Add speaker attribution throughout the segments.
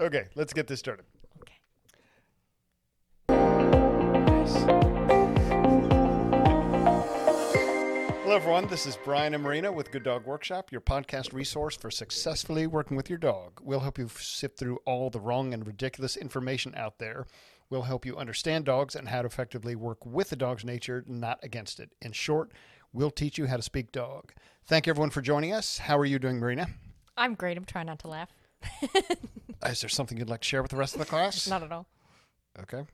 Speaker 1: Okay, let's get this started.
Speaker 2: Okay.
Speaker 1: Hello, everyone. This is Brian and Marina with Good Dog Workshop, your podcast resource for successfully working with your dog. We'll help you sift through all the wrong and ridiculous information out there. We'll help you understand dogs and how to effectively work with the dog's nature, not against it. In short, we'll teach you how to speak dog. Thank everyone for joining us. How are you doing, Marina?
Speaker 2: I'm great. I'm trying not to laugh.
Speaker 1: Is there something you'd like to share with the rest of the class?
Speaker 2: Not at all.
Speaker 1: Okay.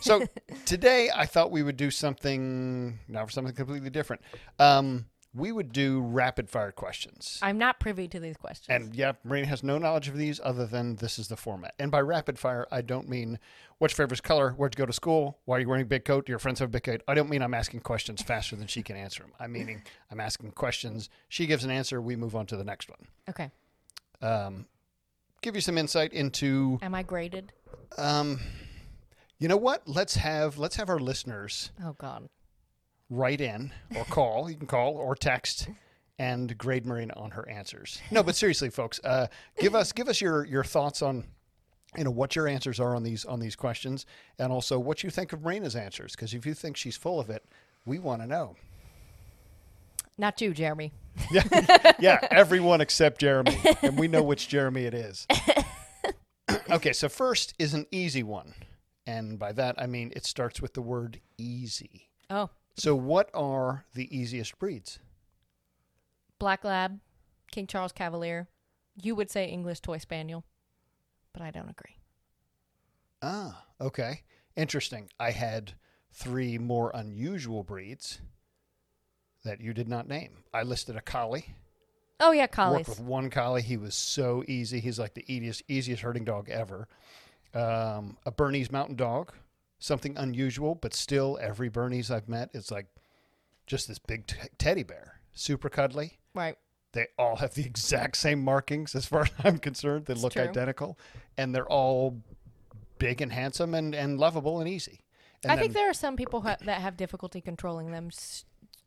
Speaker 1: so today I thought we would do something now for something completely different. Um, we would do rapid fire questions.
Speaker 2: I'm not privy to these questions.
Speaker 1: And yeah, Marina has no knowledge of these other than this is the format. And by rapid fire, I don't mean what's your favorite color, where'd you go to school, why are you wearing a big coat, do your friends have a big coat. I don't mean I'm asking questions faster than she can answer them. I'm meaning I'm asking questions. She gives an answer, we move on to the next one.
Speaker 2: okay.
Speaker 1: Um, give you some insight into
Speaker 2: Am I graded?
Speaker 1: um, you know what? Let's have let's have our listeners
Speaker 2: Oh God.
Speaker 1: write in or call. you can call or text and grade Marina on her answers. No, but seriously, folks, uh, give us give us your your thoughts on you know what your answers are on these on these questions, and also what you think of Marina's answers. Because if you think she's full of it, we want to know.
Speaker 2: Not you, Jeremy.
Speaker 1: yeah, everyone except Jeremy, and we know which Jeremy it is. okay, so first is an easy one, and by that I mean it starts with the word easy.
Speaker 2: Oh,
Speaker 1: So, what are the easiest breeds?
Speaker 2: Black Lab, King Charles Cavalier. You would say English Toy Spaniel, but I don't agree.
Speaker 1: Ah, okay. Interesting. I had three more unusual breeds that you did not name. I listed a collie.
Speaker 2: Oh yeah,
Speaker 1: Worked
Speaker 2: collies.
Speaker 1: with one collie. He was so easy. He's like the easiest, easiest herding dog ever. Um, a Bernese mountain dog. Something unusual, but still, every Bernese I've met is like just this big t- teddy bear. Super cuddly.
Speaker 2: Right.
Speaker 1: They all have the exact same markings, as far as I'm concerned. They look
Speaker 2: true.
Speaker 1: identical, and they're all big and handsome and, and lovable and easy. And
Speaker 2: I think there are some people ha- that have difficulty controlling them s-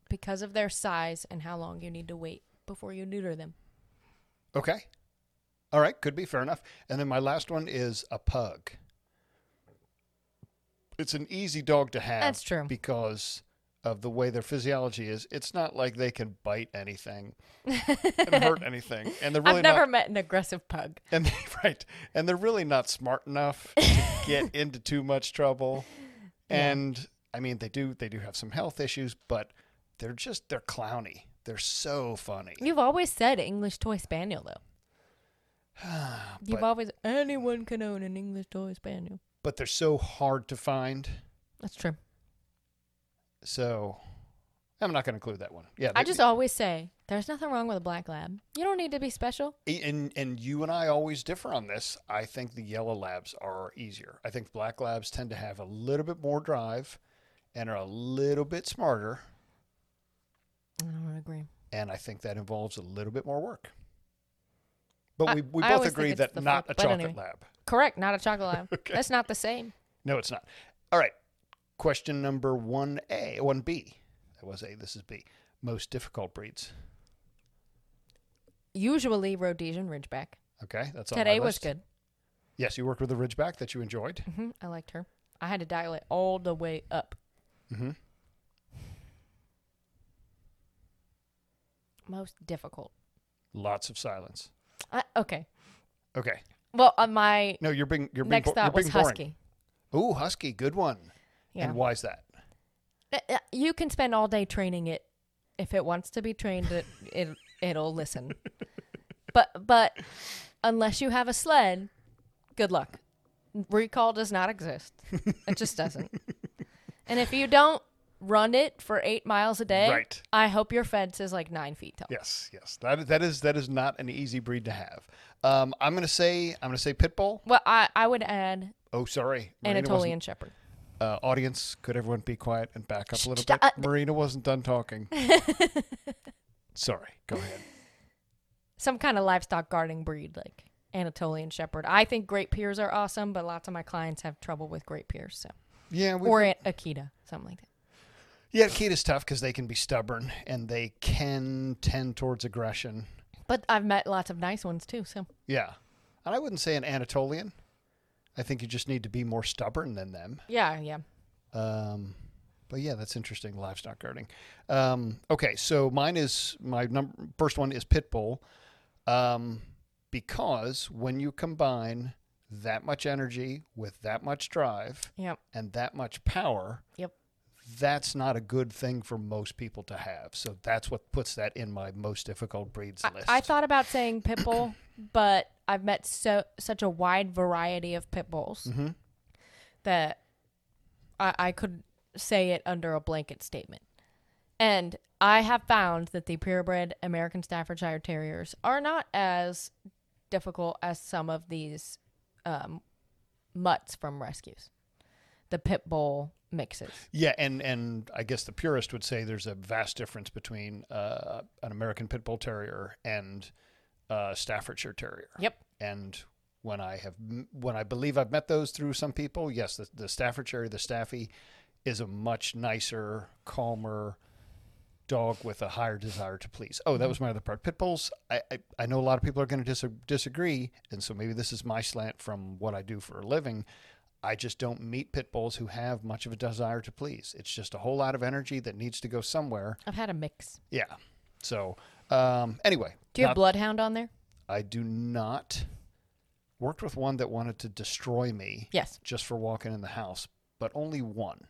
Speaker 2: because of their size and how long you need to wait before you neuter them.
Speaker 1: okay, all right, could be fair enough. And then my last one is a pug. It's an easy dog to have.
Speaker 2: That's true.
Speaker 1: because of the way their physiology is. It's not like they can bite anything and hurt anything, and they're really
Speaker 2: I've
Speaker 1: not
Speaker 2: never met an aggressive pug.
Speaker 1: And they, right, and they're really not smart enough to get into too much trouble. And I mean, they do they do have some health issues, but they're just they're clowny. They're so funny.
Speaker 2: You've always said English Toy Spaniel though. You've
Speaker 1: Ah, but,
Speaker 2: always anyone can own an English Toy Spaniel.
Speaker 1: but they're so hard to find.
Speaker 2: That's true.
Speaker 1: So I'm not going to include that one. Yeah,
Speaker 2: I
Speaker 1: they-
Speaker 2: just always say there's nothing wrong with a black lab. You don't need to be special.
Speaker 1: e, and and you and I always differ on this. I think the yellow labs are easier. I think black labs tend to have a little bit more drive and are a little bit smarter,
Speaker 2: I don't agree.
Speaker 1: and I think that involves a little bit more work. But
Speaker 2: I-
Speaker 1: we, we
Speaker 2: I
Speaker 1: both
Speaker 2: always think
Speaker 1: agree
Speaker 2: it's
Speaker 1: that
Speaker 2: the
Speaker 1: not a
Speaker 2: flip, but
Speaker 1: chocolate
Speaker 2: anyway.
Speaker 1: lab.
Speaker 2: Correct, not a chocolate lab.
Speaker 1: Okay.
Speaker 2: That's not the same.
Speaker 1: No, it's not. All right. Question number 1A, 1B. That was A, this is B. Most difficult breeds.
Speaker 2: Usually Rhodesian Ridgeback.
Speaker 1: Okay, that's on my
Speaker 2: Today was
Speaker 1: list.
Speaker 2: good.
Speaker 1: Yes, you worked with a Ridgeback that you enjoyed.
Speaker 2: hmm I liked her. I had to dial it all the way up.
Speaker 1: Mhm.
Speaker 2: Most difficult. Mm-hmm.
Speaker 1: Lots of silence.
Speaker 2: I, okay.
Speaker 1: Okay.
Speaker 2: Well, on my
Speaker 1: No, you're being you're being,
Speaker 2: next
Speaker 1: bo-
Speaker 2: thought
Speaker 1: you're
Speaker 2: was
Speaker 1: being boring.
Speaker 2: husky.
Speaker 1: Ooh, husky, good one.
Speaker 2: Yeah.
Speaker 1: And why is that?
Speaker 2: Uh, uh, You can spend all day training it. If it wants to be trained, it, it it'll listen. But but unless you have a sled, good luck. Recall does not exist. It just doesn't. and if you don't run it for eight miles a day,
Speaker 1: Right.
Speaker 2: I hope your fence is like nine feet tall.
Speaker 1: Yes, yes. That that is that is not an easy breed to have. Um, I'm gonna say I'm gonna say Pitbull.
Speaker 2: Well, I, I would add
Speaker 1: Oh, sorry, Marina wasn't-
Speaker 2: Anatolian Shepherd.
Speaker 1: Uh, audience, could everyone be quiet and back up a little
Speaker 2: Shh,
Speaker 1: bit?
Speaker 2: uh,
Speaker 1: Marina wasn't done talking. Sorry, go ahead.
Speaker 2: Some kind of livestock guarding breed like Anatolian Shepherd. I think Great Piers are awesome, but lots of my clients have trouble with Great Piers. So.
Speaker 1: Yeah, we
Speaker 2: or at Akita, something like that.
Speaker 1: yeah. Kate is tough because they can be stubborn and they can tend towards aggression.
Speaker 2: But I've met lots of nice ones too. So
Speaker 1: Yeah, And I wouldn't say an Anatolian. I think you just need to be more stubborn than them.
Speaker 2: Yeah, yeah.
Speaker 1: Um, but yeah, that's interesting livestock guarding. Um, okay, so mine is my num- first one is pit bull, um, because when you combine that much energy with that much drive
Speaker 2: Yep.
Speaker 1: and that much power,
Speaker 2: Yep.
Speaker 1: that's not a good thing for most people to have. So that's what puts that in my most difficult breeds
Speaker 2: I,
Speaker 1: list.
Speaker 2: I thought about saying pit bull, but I've met so such a wide variety of pit bulls
Speaker 1: Mhm.
Speaker 2: that I, I could say it under a blanket statement. And I have found that the purebred American Staffordshire Terriers are not as difficult as some of these um, mutts from rescues, the pit bull mixes.
Speaker 1: Yeah, and and I guess the purist would say there's a vast difference between uh, an American Pit Bull Terrier and uh, Staffordshire Terrier.
Speaker 2: Yep.
Speaker 1: And when I have when I believe I've met those through some people, yes, the, the Staffordshire, the Staffy, is a much nicer, calmer dog with a higher desire to please. Oh,
Speaker 2: Mm-hmm.
Speaker 1: that was my other part. Pit bulls. I I, I know a lot of people are going to dis- disagree, and so maybe this is my slant from what I do for a living. I just don't meet pit bulls who have much of a desire to please. It's just a whole lot of energy that needs to go somewhere.
Speaker 2: I've had a mix.
Speaker 1: Yeah. So, um, anyway,
Speaker 2: Do you have
Speaker 1: not-
Speaker 2: bloodhound on there?
Speaker 1: I do not. Worked with one that wanted to destroy me
Speaker 2: Yes.
Speaker 1: just for walking in the house, but only one.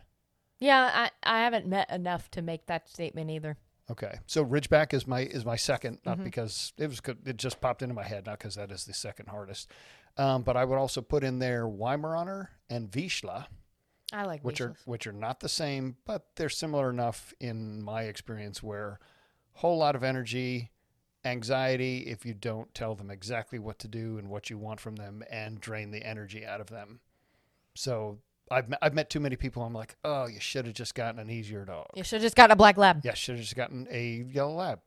Speaker 2: Yeah, I, I haven't met enough to make that statement either.
Speaker 1: Okay, so Ridgeback is my is my second, not because it was good- it just popped into my head, not because that is the second hardest. Um, but I would also put in there Weimaraner and Vishla.
Speaker 2: I like
Speaker 1: which are which are not the same, but they're similar enough in my experience where whole lot of energy, anxiety if you don't tell them exactly what to do and what you want from them and drain the energy out of them. So I've met, I've met too many people I'm like, "Oh, you should have just gotten an easier dog."
Speaker 2: You should have just got a black lab.
Speaker 1: Yeah, should have just gotten a yellow lab.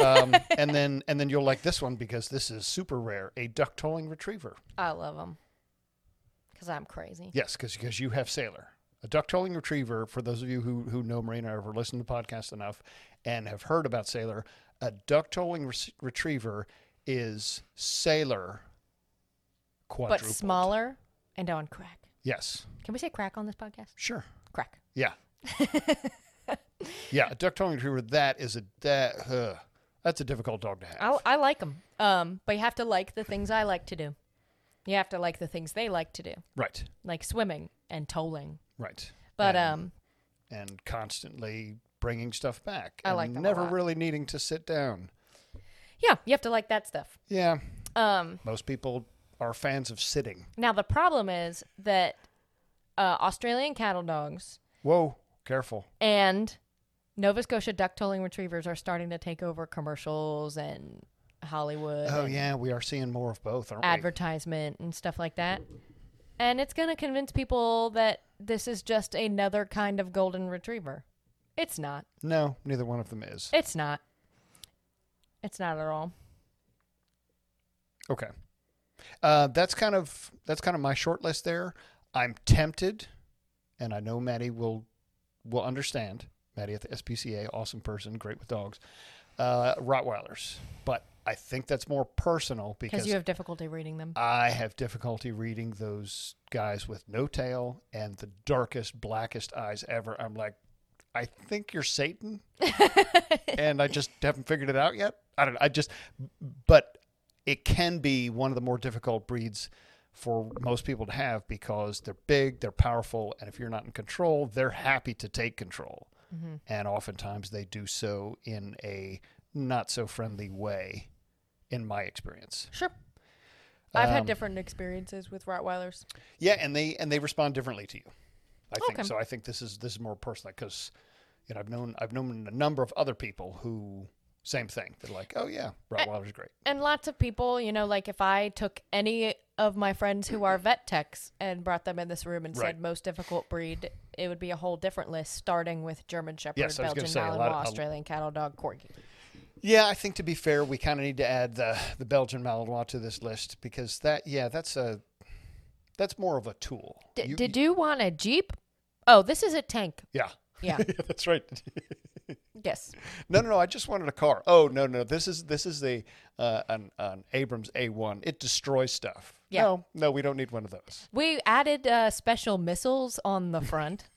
Speaker 1: um, and then and then you'll like this one because this is super rare, a duck tolling retriever.
Speaker 2: I love them because I'm crazy.
Speaker 1: Yes, because you have Sailor. A duck tolling retriever, for those of you who, who know Marina or have listened to the podcast enough and have heard about Sailor, a duck tolling re- retriever is Sailor
Speaker 2: but
Speaker 1: quadrupled.
Speaker 2: smaller and on crack.
Speaker 1: Yes,
Speaker 2: Can we say crack on this podcast?
Speaker 1: sure.
Speaker 2: Crack.
Speaker 1: Yeah. yeah, a duck tolling retriever, that is a, that, uh, that's a difficult dog to have.
Speaker 2: I, I like them. Um, but you have to like the things I like to do. You have to like the things they like to do,
Speaker 1: right,
Speaker 2: like swimming and tolling.
Speaker 1: right.
Speaker 2: But
Speaker 1: And-
Speaker 2: um,
Speaker 1: And constantly bringing stuff back.
Speaker 2: I
Speaker 1: and
Speaker 2: like them a
Speaker 1: Never
Speaker 2: lot.
Speaker 1: really needing to sit down.
Speaker 2: yeah, you have to like that stuff.
Speaker 1: Yeah,
Speaker 2: Um,
Speaker 1: most people are fans of sitting.
Speaker 2: now the problem is that uh, Australian cattle dogs
Speaker 1: Whoa, careful.
Speaker 2: and Nova Scotia duck tolling retrievers are starting to take over commercials and Hollywood.
Speaker 1: Oh,
Speaker 2: and-
Speaker 1: yeah, we are seeing more of both, aren't
Speaker 2: advertisement and stuff like that. And it's going to convince people that this is just another kind of golden retriever. It's not.
Speaker 1: we? No, neither one of them is.
Speaker 2: It's not. It's not at all.
Speaker 1: Okay. Uh, that's kind of that's kind of my short list there. I'm tempted, and I know Maddie will will understand. Maddie at the SPCA, awesome person, great with dogs. Uh, Rottweilers, but I think that's more personal
Speaker 2: Because
Speaker 1: because
Speaker 2: you have difficulty reading them.
Speaker 1: I have difficulty reading those guys with no tail and the darkest, blackest eyes ever. I'm like, I think you're Satan, and I just haven't figured it out yet. I don't. I just, but it can be one of the more difficult breeds for most people to have because they're big, they're powerful, and if you're not in control, they're happy to take control, and oftentimes they do so in a not so friendly way, in my experience.
Speaker 2: Sure. I've
Speaker 1: Um,
Speaker 2: had different experiences with Rottweilers.
Speaker 1: Yeah, and they and they respond differently to you. I
Speaker 2: Okay.
Speaker 1: think so. I think this is this is more personal because you know I've known I've known a number of other people who same thing. They're like, oh yeah, Rottweiler's great.
Speaker 2: And lots of people, you know, like if I took any of my friends who are vet techs and brought them in this room and
Speaker 1: Right.
Speaker 2: said most difficult breed, it would be a whole different list, starting with German Shepherd,
Speaker 1: Yes, I was gonna
Speaker 2: Belgian
Speaker 1: say, a
Speaker 2: Malinois,
Speaker 1: lot of-
Speaker 2: Australian cattle dog, corgi.
Speaker 1: Yeah, I think to be fair, we kind of need to add the the Belgian Malinois to this list because that yeah that's a that's more of a tool.
Speaker 2: D-
Speaker 1: You-
Speaker 2: did you want a Jeep? Oh, this is a tank.
Speaker 1: yeah
Speaker 2: Yeah.
Speaker 1: that's right.
Speaker 2: Yes.
Speaker 1: No, no, no. I just wanted a car. Oh, no, no. This is this is the uh, an, an Abrams A1. It destroys stuff.
Speaker 2: Yeah.
Speaker 1: No, no, we don't need one of those.
Speaker 2: We added uh, special missiles on the front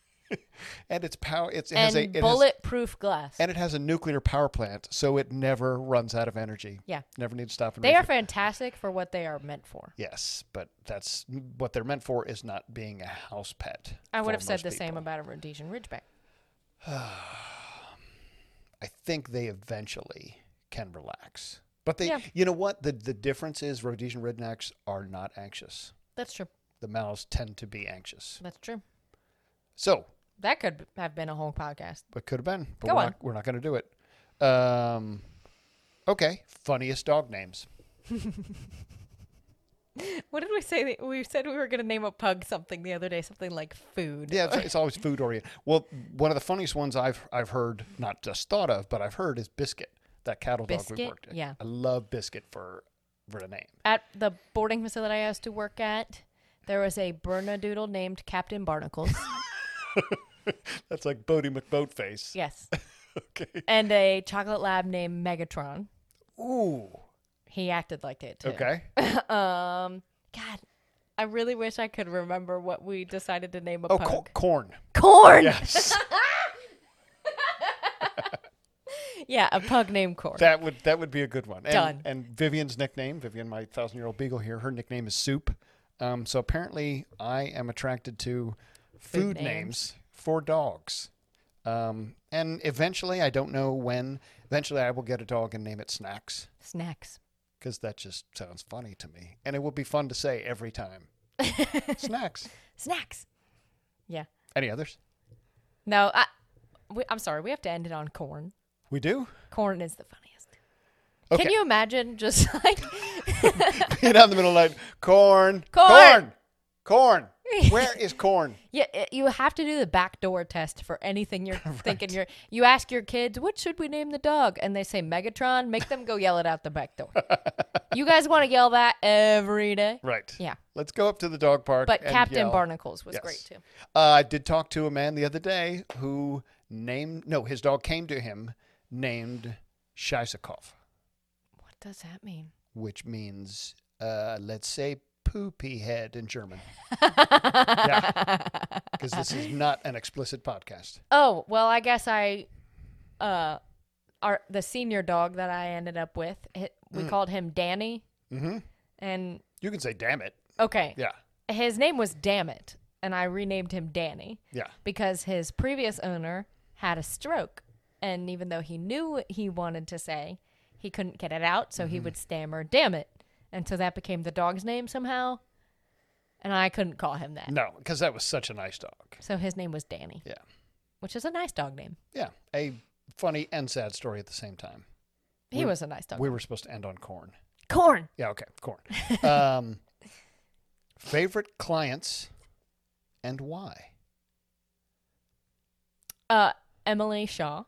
Speaker 1: And it's power. It's, it has
Speaker 2: and
Speaker 1: a it has,
Speaker 2: bulletproof glass.
Speaker 1: and it has a nuclear power plant, so it never runs out of energy.
Speaker 2: Yeah.
Speaker 1: Never needs to stop. And
Speaker 2: They are
Speaker 1: refuel.
Speaker 2: fantastic for what they are meant for.
Speaker 1: Yes, but that's what they're meant for is not being a house pet.
Speaker 2: I
Speaker 1: for
Speaker 2: would have
Speaker 1: most
Speaker 2: said the same
Speaker 1: people.
Speaker 2: about a Rhodesian Ridgeback.
Speaker 1: I think they eventually can relax. But they,
Speaker 2: Yeah.
Speaker 1: you know what? The the difference is Rhodesian rednecks are not anxious.
Speaker 2: That's true.
Speaker 1: The mouths tend to be anxious.
Speaker 2: That's true.
Speaker 1: So
Speaker 2: That could have been a whole podcast.
Speaker 1: it could have been, but
Speaker 2: Go
Speaker 1: we're
Speaker 2: on.
Speaker 1: not, we're not going to do it. Um, okay, funniest dog names.
Speaker 2: What did we say? We said we were going to name a pug something the other day, something like food.
Speaker 1: Yeah, it's, it's always food oriented. Well, one of the funniest ones I've I've heard, not just thought of, but I've heard is biscuit. That cattle dog we
Speaker 2: Biscuit?
Speaker 1: worked. at.
Speaker 2: Yeah.
Speaker 1: I love biscuit for for the name.
Speaker 2: At the boarding facility I used to work at, there was a Bernadoodle named Captain Barnacles.
Speaker 1: That's like Bodie McBoatface.
Speaker 2: yes.
Speaker 1: Okay.
Speaker 2: And a chocolate lab named Megatron.
Speaker 1: Ooh.
Speaker 2: He acted like it too.
Speaker 1: Okay.
Speaker 2: Um, God, I really wish I could remember what we decided to name a
Speaker 1: Oh,
Speaker 2: pug.
Speaker 1: cor- corn.
Speaker 2: corn. Yeah.
Speaker 1: Yes.
Speaker 2: a pug named Corn.
Speaker 1: that would that would be a good one. And,
Speaker 2: Done.
Speaker 1: And Vivian's nickname, Vivian, my thousand-year-old beagle here. Her nickname is Soup. Um, so apparently, I am attracted to food,
Speaker 2: Food
Speaker 1: names.
Speaker 2: names.
Speaker 1: for dogs. Um, and eventually, I don't know when. Eventually, I will get a dog and name it Snacks
Speaker 2: Snacks.
Speaker 1: because that just sounds funny to me, and it will be fun to say every time. snacks.
Speaker 2: Snacks. Yeah.
Speaker 1: Any others?
Speaker 2: No, I. We, I'm sorry. We have to end it on corn.
Speaker 1: We do.
Speaker 2: Corn is the funniest.
Speaker 1: Okay.
Speaker 2: Can you imagine just like
Speaker 1: Get out in the middle of the night. Corn.
Speaker 2: Corn.
Speaker 1: Corn. Corn. Where is corn?
Speaker 2: yeah, it- you have to do the backdoor test for anything you're thinking you're you ask your kids, "What should we name the dog?" and they say Megatron, make them go yell it out the back door. you guys want to yell that every day?
Speaker 1: Right.
Speaker 2: Yeah.
Speaker 1: Let's go up to the dog park.
Speaker 2: But
Speaker 1: and
Speaker 2: Captain
Speaker 1: yell.
Speaker 2: Barnacles was
Speaker 1: Yes.
Speaker 2: great too.
Speaker 1: Uh, I did talk to a man the other day who named no, his dog came to him named Shysakov,
Speaker 2: What does that mean?
Speaker 1: which means uh, let's say poopy head in German. Because this is not an explicit podcast.
Speaker 2: Oh, well, I guess I uh our the senior dog that I ended up with, hi- we
Speaker 1: Mm.
Speaker 2: called him Danny.
Speaker 1: hmm
Speaker 2: And
Speaker 1: You can say damn it.
Speaker 2: okay,
Speaker 1: Yeah.
Speaker 2: his name was Dammit, and I renamed him Danny
Speaker 1: Yeah.
Speaker 2: because his previous owner had a stroke, and even though he knew what he wanted to say, he couldn't get it out, so
Speaker 1: Mm-hmm.
Speaker 2: he would stammer Dammit, and so that became the dog's name somehow, and I couldn't call him that,
Speaker 1: No, because that was such a nice dog.
Speaker 2: so his name was Danny,
Speaker 1: Yeah.
Speaker 2: which is a nice dog name.
Speaker 1: Yeah. A funny and sad story at the same time.
Speaker 2: He was a nice dog.
Speaker 1: We were supposed to end on corn.
Speaker 2: Corn.
Speaker 1: Yeah, okay, corn. Um, favorite clients and why?
Speaker 2: Uh, Emily Shaw.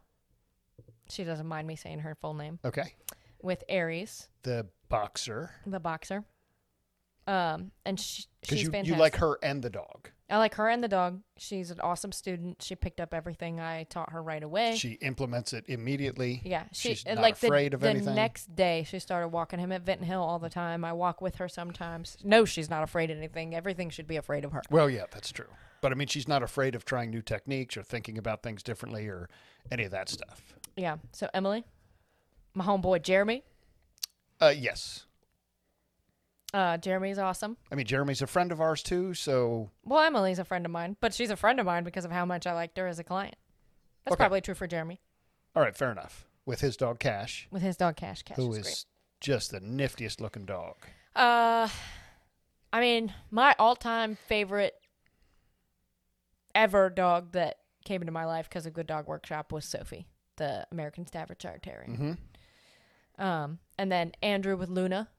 Speaker 2: She doesn't mind me saying her full name
Speaker 1: Okay.
Speaker 2: with Aries,
Speaker 1: The boxer.
Speaker 2: the boxer. Um, and she,
Speaker 1: Because
Speaker 2: she's
Speaker 1: you,
Speaker 2: fantastic.
Speaker 1: you like her and the dog.
Speaker 2: I like her and the dog. She's an awesome student. She picked up everything I taught her right away.
Speaker 1: She implements it immediately.
Speaker 2: Eh. yeah, she
Speaker 1: she's
Speaker 2: and,
Speaker 1: not
Speaker 2: like
Speaker 1: afraid
Speaker 2: the,
Speaker 1: of
Speaker 2: the
Speaker 1: anything.
Speaker 2: next day she started walking him at Vinton Hill all the time. I walk with her sometimes. No, she's not afraid of anything. Everything should be afraid of her.
Speaker 1: Well, yeah, that's true. But I mean, she's not afraid of trying new techniques or thinking about things differently or any of that stuff.
Speaker 2: Yeah. So Emily, my homeboy Jeremy.
Speaker 1: Uh, yes.
Speaker 2: Uh, Jeremy's awesome.
Speaker 1: I mean, Jeremy's a friend of ours too, so
Speaker 2: Well, Emily's a friend of mine, but she's a friend of mine because of how much I liked her as a client. That's
Speaker 1: Okay.
Speaker 2: probably true for Jeremy
Speaker 1: all right, fair enough. With his dog Cash,
Speaker 2: with his dog Cash. Cash
Speaker 1: who
Speaker 2: is
Speaker 1: is
Speaker 2: great.
Speaker 1: just the niftiest looking dog.
Speaker 2: Uh, I mean, my all-time favorite ever dog that came into my life because of Good Dog Workshop was Sophie, the American Staffordshire Terrier.
Speaker 1: Mm-hmm.
Speaker 2: Um, and then Andrew with Luna.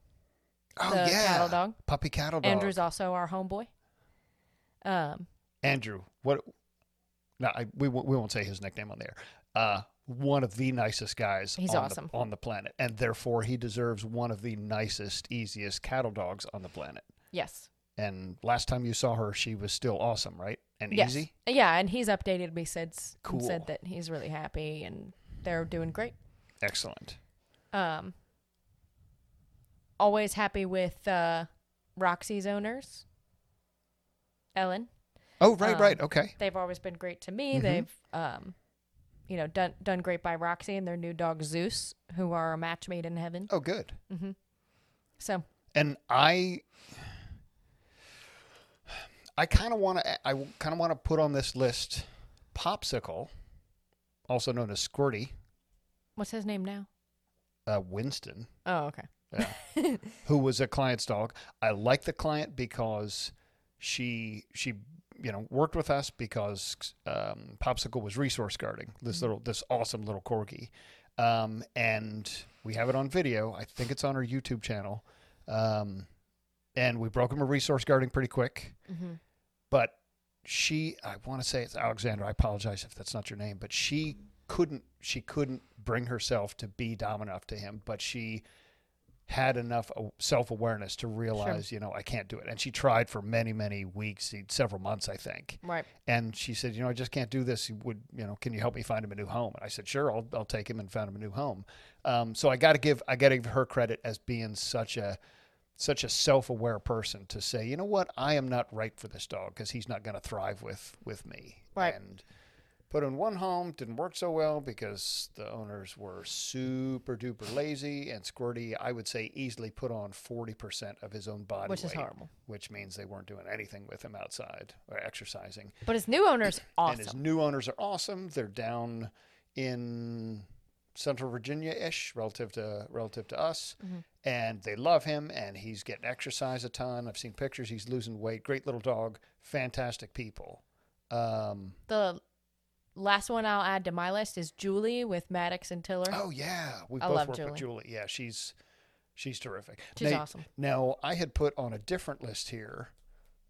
Speaker 1: Oh,
Speaker 2: The
Speaker 1: yeah.
Speaker 2: cattle dog.
Speaker 1: Puppy cattle dog.
Speaker 2: Andrew's also our homeboy. Um,
Speaker 1: Andrew, what? No, I, we won't- we won't say his nickname on there. Uh, one of the nicest guys.
Speaker 2: He's
Speaker 1: on
Speaker 2: awesome.
Speaker 1: the, on the planet, and therefore he deserves one of the nicest, easiest cattle dogs on the planet.
Speaker 2: yes,
Speaker 1: And last time you saw her, she was still awesome, right? And
Speaker 2: Yes.
Speaker 1: easy.
Speaker 2: Yeah, and he's updated me since
Speaker 1: Cool.
Speaker 2: and said that he's really happy and they're doing great.
Speaker 1: Excellent.
Speaker 2: Um, always happy with uh, Roxy's owners, Ellen.
Speaker 1: Oh, right,
Speaker 2: Um,
Speaker 1: right. Okay.
Speaker 2: They've always been great to me.
Speaker 1: Mhm.
Speaker 2: They've, um, you know, done done great by Roxy and their new dog Zeus, who are a match made in heaven.
Speaker 1: Oh, good.
Speaker 2: So
Speaker 1: and I I kind of want to I kind of want to put on this list popsicle also known as squirty
Speaker 2: what's his name now?
Speaker 1: uh, Winston
Speaker 2: Oh, okay.
Speaker 1: who was a client's dog I like the client because she she you know worked with us because um, popsicle was resource guarding this little this awesome little corgi um, and we have it on video I think it's on our YouTube channel um, and we broke him a resource guarding pretty quick
Speaker 2: hmm
Speaker 1: but she i want to say it's alexandra i apologize if that's not your name but she couldn't she couldn't bring herself to be dumb enough to him but she had enough a- self-awareness to realize you know i can't do it and she tried for many many weeks e- several months i think
Speaker 2: Right.
Speaker 1: and she said you know i just can't do this would you know can you help me find him a new home and i said sure i'll, I'll take him and found him a new home um, so i gotta give i gotta give her credit as being such a such a self-aware person to say, you know what, I am not right for this dog because he's not going to thrive with with me.
Speaker 2: Right.
Speaker 1: And put in one home didn't work so well because the owners were super duper lazy and Squirty. I would say easily put on forty percent of his own body
Speaker 2: Which is
Speaker 1: weight,
Speaker 2: horrible.
Speaker 1: which means they weren't doing anything with him outside or exercising.
Speaker 2: But his new owner's
Speaker 1: And his
Speaker 2: awesome.
Speaker 1: new owners are awesome. They're down in Central Virginia ish relative to relative to us,
Speaker 2: Mm-hmm.
Speaker 1: and they love him. And he's getting exercise a ton. I've seen pictures. He's losing weight. Great little dog. Fantastic people. Um,
Speaker 2: The last one I'll add to my list is Julie with Maddox and Tiller.
Speaker 1: oh yeah, we
Speaker 2: I
Speaker 1: both
Speaker 2: love
Speaker 1: worked with Julie. Yeah, she's she's terrific.
Speaker 2: She's
Speaker 1: Now-
Speaker 2: awesome.
Speaker 1: Now I had put on a different list here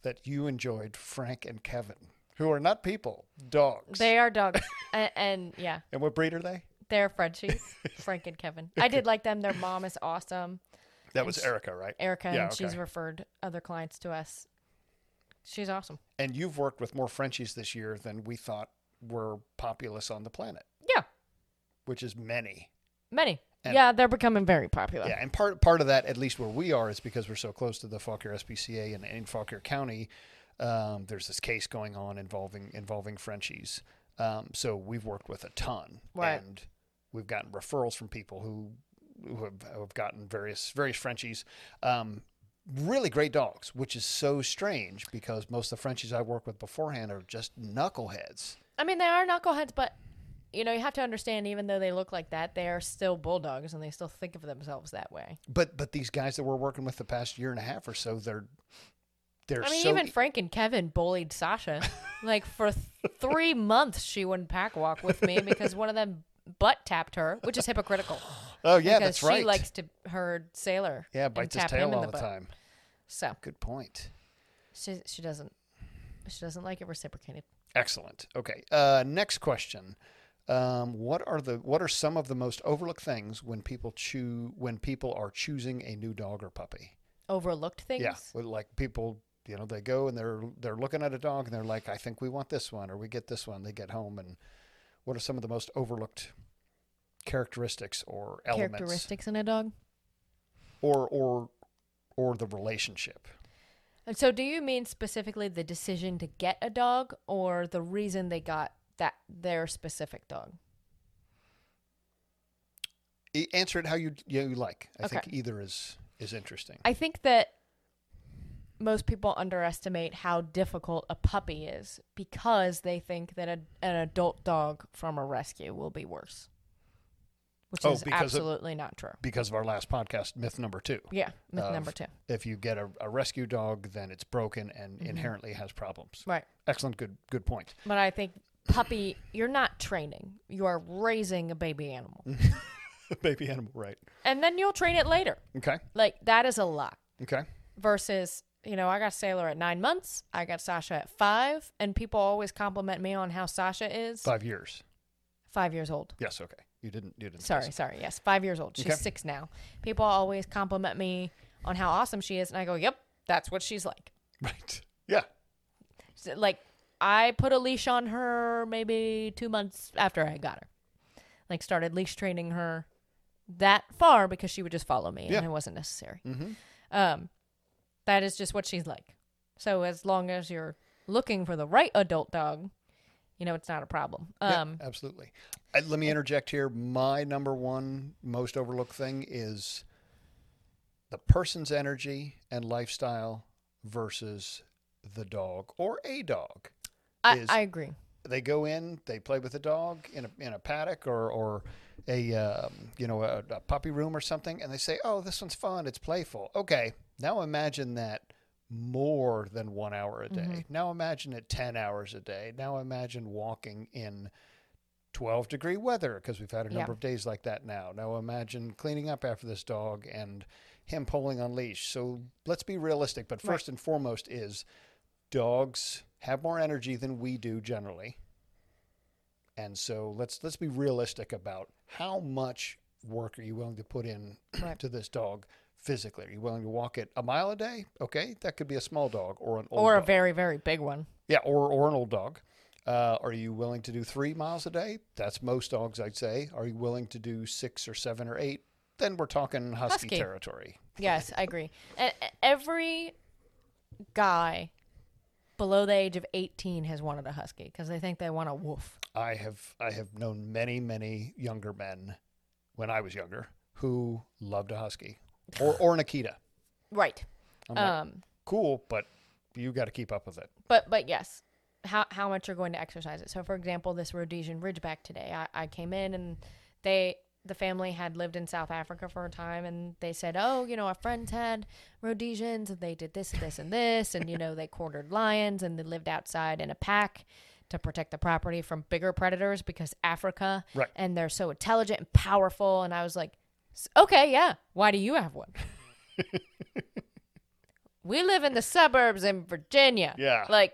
Speaker 1: that you enjoyed Frank and Kevin, who are not people, dogs.
Speaker 2: They are dogs, and, and yeah,
Speaker 1: and what breed are they?
Speaker 2: they're Frenchies, Frank and Kevin. I did like them. Their mom is awesome,
Speaker 1: That was Erica, right?
Speaker 2: Erica,
Speaker 1: Yeah,
Speaker 2: and she's
Speaker 1: okay.
Speaker 2: referred other clients to us. She's awesome.
Speaker 1: And you've worked with more Frenchies this year than we thought were populous on the planet,
Speaker 2: Yeah,
Speaker 1: which is many.
Speaker 2: many.
Speaker 1: And-
Speaker 2: yeah, they're becoming very popular.
Speaker 1: Yeah, and part part of that, at least where we are, is because we're so close to the Fauquier SPCA and in Fauquier County. Um, there's this case going on involving involving Frenchies. Um, so we've worked with a ton,
Speaker 2: Right.
Speaker 1: and we've gotten referrals from people who who have, who have gotten various various Frenchies. Um, really great dogs, which is so strange because most of the Frenchies I work with beforehand are just knuckleheads.
Speaker 2: I mean, they are knuckleheads, but you know, you have to understand. Even though they look like that, they are still bulldogs, and they still think of themselves that way.
Speaker 1: But but these guys that we're working with the past year and a half or so, they're they're
Speaker 2: I mean,
Speaker 1: so e-
Speaker 2: even Frank and Kevin bullied Sasha. like for th- three months, she wouldn't pack walk with me because one of them butt tapped her, which is hypocritical.
Speaker 1: oh yeah,
Speaker 2: because
Speaker 1: that's right.
Speaker 2: she likes to herd sailor.
Speaker 1: yeah,
Speaker 2: and
Speaker 1: bites his
Speaker 2: tap him
Speaker 1: tail
Speaker 2: in
Speaker 1: all the,
Speaker 2: butt.
Speaker 1: time.
Speaker 2: So
Speaker 1: Good point.
Speaker 2: she she doesn't she doesn't like it reciprocated.
Speaker 1: Excellent. Okay. Uh, next question. Um, what are the what are some of the most overlooked things when people chew when people are choosing a new dog or puppy?
Speaker 2: Overlooked things.
Speaker 1: Yeah, well, like people, you know, they go and they're they're looking at a dog and they're like, I think we want this one, or we get this one. They get home and what are some of the most overlooked characteristics or elements?
Speaker 2: Characteristics in a dog.
Speaker 1: or or or the relationship.
Speaker 2: And so, do you mean specifically the decision to get a dog, or the reason they got that their specific dog?
Speaker 1: E- Answer it how you you like. I think
Speaker 2: Okay.
Speaker 1: either is is interesting.
Speaker 2: I think that most people underestimate how difficult a puppy is because they think that a, an adult dog from a rescue will be worse, which
Speaker 1: Oh,
Speaker 2: is
Speaker 1: because of-
Speaker 2: absolutely not true.
Speaker 1: because of our last podcast, myth number two.
Speaker 2: Yeah, myth
Speaker 1: of-
Speaker 2: number two.
Speaker 1: If you get a, a rescue dog, then it's broken and
Speaker 2: Mm-hmm.
Speaker 1: inherently has problems.
Speaker 2: Right.
Speaker 1: Excellent, good good point.
Speaker 2: But I think puppy, you're not training. You are raising a baby animal.
Speaker 1: Baby animal, right?
Speaker 2: And then you'll train it later.
Speaker 1: Okay,
Speaker 2: Like, that is a lot.
Speaker 1: okay.
Speaker 2: Versus, you know, I got Sailor at nine months, I got Sasha at five, and people always compliment me on how Sasha is
Speaker 1: Five years.
Speaker 2: five years old.
Speaker 1: Yes, okay. You didn't you didn't.
Speaker 2: Sorry, sorry. Yes, five years old. She's
Speaker 1: Okay.
Speaker 2: six now. People always compliment me on how awesome she is, and I go, yep, that's what she's like.
Speaker 1: Right. Yeah.
Speaker 2: So, Like I put a leash on her maybe 2 months after I got her. Like started leash training her that far because she would just follow me
Speaker 1: Yeah.
Speaker 2: and it wasn't necessary.
Speaker 1: Mhm.
Speaker 2: Um that is just what she's like. So as long as you're looking for the right adult dog, you know it's not a problem.
Speaker 1: Yeah,
Speaker 2: Um
Speaker 1: absolutely. Uh, let me interject here. My number one most overlooked thing is the person's energy and lifestyle versus the dog or a dog.
Speaker 2: I,
Speaker 1: is-
Speaker 2: I agree.
Speaker 1: They go in, they play with a dog in a, in a paddock or, or a um, you know a, a puppy room or something, and they say, "Oh, this one's fun. It's playful." Okay, now imagine that more than one hour a day.
Speaker 2: Mm-hmm.
Speaker 1: Now imagine it ten hours a day. Now imagine walking in 12 degree weather because we've had a
Speaker 2: Yeah.
Speaker 1: number of days like that now. Now imagine cleaning up after this dog and him pulling on leash. So let's be realistic, but
Speaker 2: Right.
Speaker 1: first and foremost is dogs have more energy than we do generally. And so let's let's be realistic about how much work are you willing to put in
Speaker 2: Right.
Speaker 1: to this dog physically? Are you willing to walk it a mile a day? Okay, that could be a small dog or an old
Speaker 2: Or a
Speaker 1: dog.
Speaker 2: very very big one.
Speaker 1: Yeah, or, or an old dog. Uh, are you willing to do three miles a day? That's most dogs, I'd say. Are you willing to do six or seven or eight? Then we're talking husky,
Speaker 2: Husky.
Speaker 1: territory.
Speaker 2: Yes, I agree. E- e- Every guy below the age of 18 has wanted a husky because they think they want a wolf.
Speaker 1: I have I have known many many younger men when I was younger who loved a husky or or an Akita.
Speaker 2: Right.
Speaker 1: I'm like,
Speaker 2: Um
Speaker 1: cool, but you got to keep up with it.
Speaker 2: but but yes. How how much you're going to exercise it. So for example, this Rhodesian Ridgeback today, I, I came in and they the family had lived in South Africa for a time and they said, "Oh, you know, our friends had Rhodesians and they did this and this and this and you know, they quartered lions and they lived outside in a pack." To protect the property from bigger predators because Africa
Speaker 1: Right.
Speaker 2: and they're so intelligent and powerful. And I was like, "S- okay, yeah. Why do you have one? we live in the suburbs in Virginia.
Speaker 1: Yeah.
Speaker 2: Like,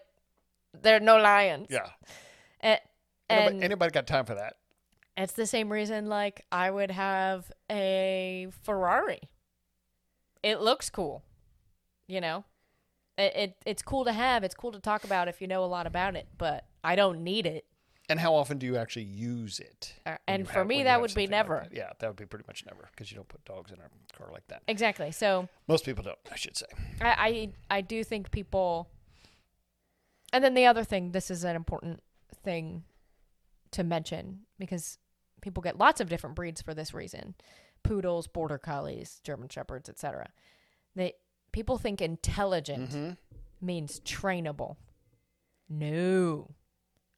Speaker 2: there are no lions.
Speaker 1: Yeah,
Speaker 2: A-
Speaker 1: anybody,
Speaker 2: And,
Speaker 1: anybody got time for that?
Speaker 2: it's the same reason, like, I would have a Ferrari. It looks cool, you know? It, it It's cool to have. It's cool to talk about if you know a lot about it, but I don't need it.
Speaker 1: And how often do you actually use it?
Speaker 2: Uh,
Speaker 1: when
Speaker 2: and
Speaker 1: you
Speaker 2: for
Speaker 1: have-
Speaker 2: me,
Speaker 1: when you
Speaker 2: that
Speaker 1: have
Speaker 2: would be
Speaker 1: something like
Speaker 2: never.
Speaker 1: that? Yeah, that would be pretty much never because you don't put dogs in a car like that.
Speaker 2: Exactly. So.
Speaker 1: Most people don't, I should say.
Speaker 2: I, I I do think people and then the other thing this is an important thing to mention because people get lots of different breeds for this reason poodles border collies german shepherds etc they people think intelligent means trainable no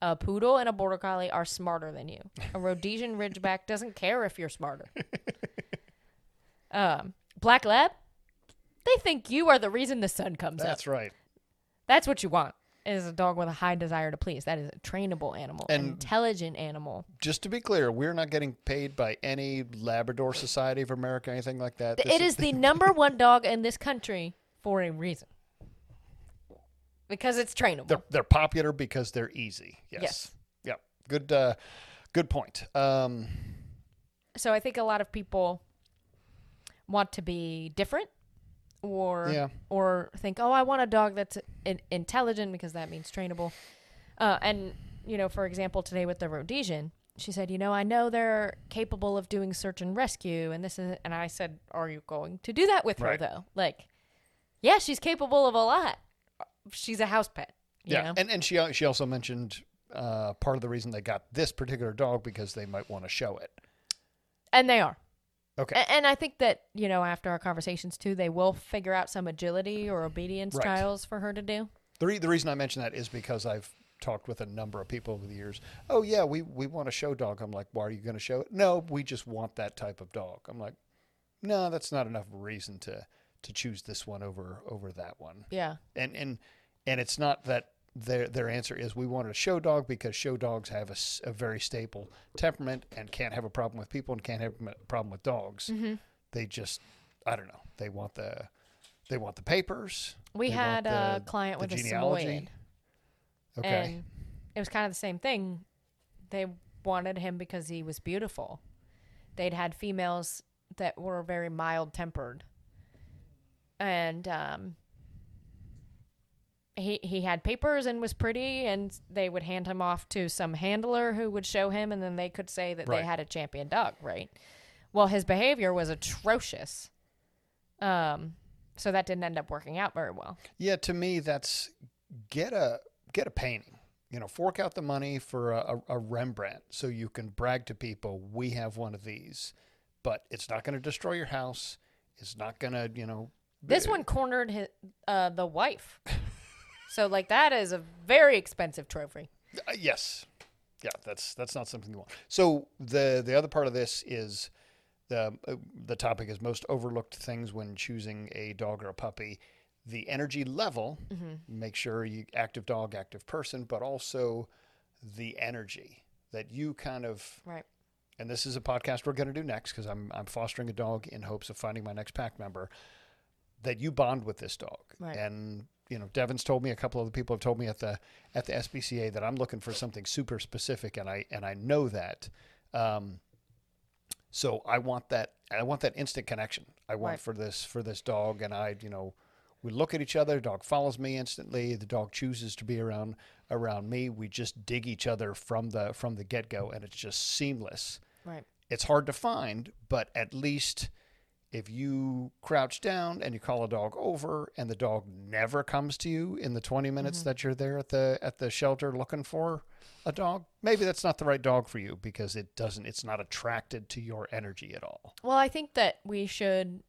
Speaker 2: a poodle and a border collie are smarter than you a rhodesian ridgeback doesn't care if you're smarter um, black lab they think you are the reason the sun comes up
Speaker 1: That's right.
Speaker 2: that's what you want is a dog with a high desire to please. That is a trainable animal, an
Speaker 1: And-
Speaker 2: intelligent animal.
Speaker 1: just to be clear, we're not getting paid by any Labrador Society of America, anything like that. This
Speaker 2: it is the number one dog in this country for a reason. Because it's trainable.
Speaker 1: they're, they're popular because they're easy. Yes.
Speaker 2: Yes.
Speaker 1: Yep. Good. Uh, good point. Um,
Speaker 2: so I think a lot of people want to be different or
Speaker 1: Yeah.
Speaker 2: or think, "Oh, I want a dog that's in- intelligent because that means trainable." Uh, and you know, for example, today with the Rhodesian, she said, "You know, I know they're capable of doing search and rescue and this is and I said, "Are you going to do that with
Speaker 1: Right.
Speaker 2: her though?" Like, yeah, she's capable of a lot. She's a house pet, you
Speaker 1: yeah.
Speaker 2: know.
Speaker 1: And and she she also mentioned uh, part of the reason they got this particular dog because they might want to show it.
Speaker 2: And they are.
Speaker 1: Okay.
Speaker 2: A- And I think that, you know, after our conversations too, they will figure out some agility or obedience
Speaker 1: Right.
Speaker 2: trials for her to do.
Speaker 1: The, re- the reason I mention that is because I've talked with a number of people over the years. Oh yeah, we we want a show dog. I'm like, why are you going to show it? No, we just want that type of dog. I'm like, no, that's not enough reason to to choose this one over over that one.
Speaker 2: Yeah.
Speaker 1: and and and it's not that their their answer is we want a show dog because show dogs have a, s- a very stable temperament and can't have a problem with people and can't have a problem with dogs.
Speaker 2: Mm-hmm.
Speaker 1: They just I don't know. They want the they want the papers.
Speaker 2: We
Speaker 1: They want
Speaker 2: had a
Speaker 1: the-
Speaker 2: client
Speaker 1: the
Speaker 2: with a
Speaker 1: genealogy.
Speaker 2: Samoyed.
Speaker 1: Okay.
Speaker 2: And it was kind of the same thing. They wanted him because he was beautiful. They'd had females that were very mild tempered. And um he he had papers and was pretty, and they would hand him off to some handler who would show him, and then they could say that
Speaker 1: Right.
Speaker 2: they had a champion dog, right? Well, his behavior was atrocious, um, so that didn't end up working out very well.
Speaker 1: Yeah, to me, that's get a get a painting. You know, fork out the money for a, a, a Rembrandt so you can brag to people we have one of these. But it's not going to destroy your house. It's not going to, you know.
Speaker 2: This one cornered his, uh, the wife, so like that is a very expensive trophy.
Speaker 1: Uh, yes, yeah, that's that's not something you want. So the the other part of this is the uh, the topic is most overlooked things when choosing a dog or a puppy. The energy level, make sure you active dog, active person, but also the energy that you kind of
Speaker 2: Right.
Speaker 1: and this is a podcast we're going to do next because I'm, I'm fostering a dog in hopes of finding my next pack member that you bond with this dog
Speaker 2: Right.
Speaker 1: and you know devin's told me a couple other people have told me at the at the sbca that i'm looking for something super specific and i and i know that um, so i want that i want that instant connection i want
Speaker 2: Right.
Speaker 1: for this for this dog and i you know we look at each other dog follows me instantly the dog chooses to be around around me we just dig each other from the from the get-go and it's just seamless
Speaker 2: Right.
Speaker 1: it's hard to find, but at least if you crouch down and you call a dog over and the dog never comes to you in the 20 minutes that you're there at the at the shelter looking for a dog, maybe that's not the right dog for you because it doesn't it's not attracted to your energy at all.
Speaker 2: Well, I think that we should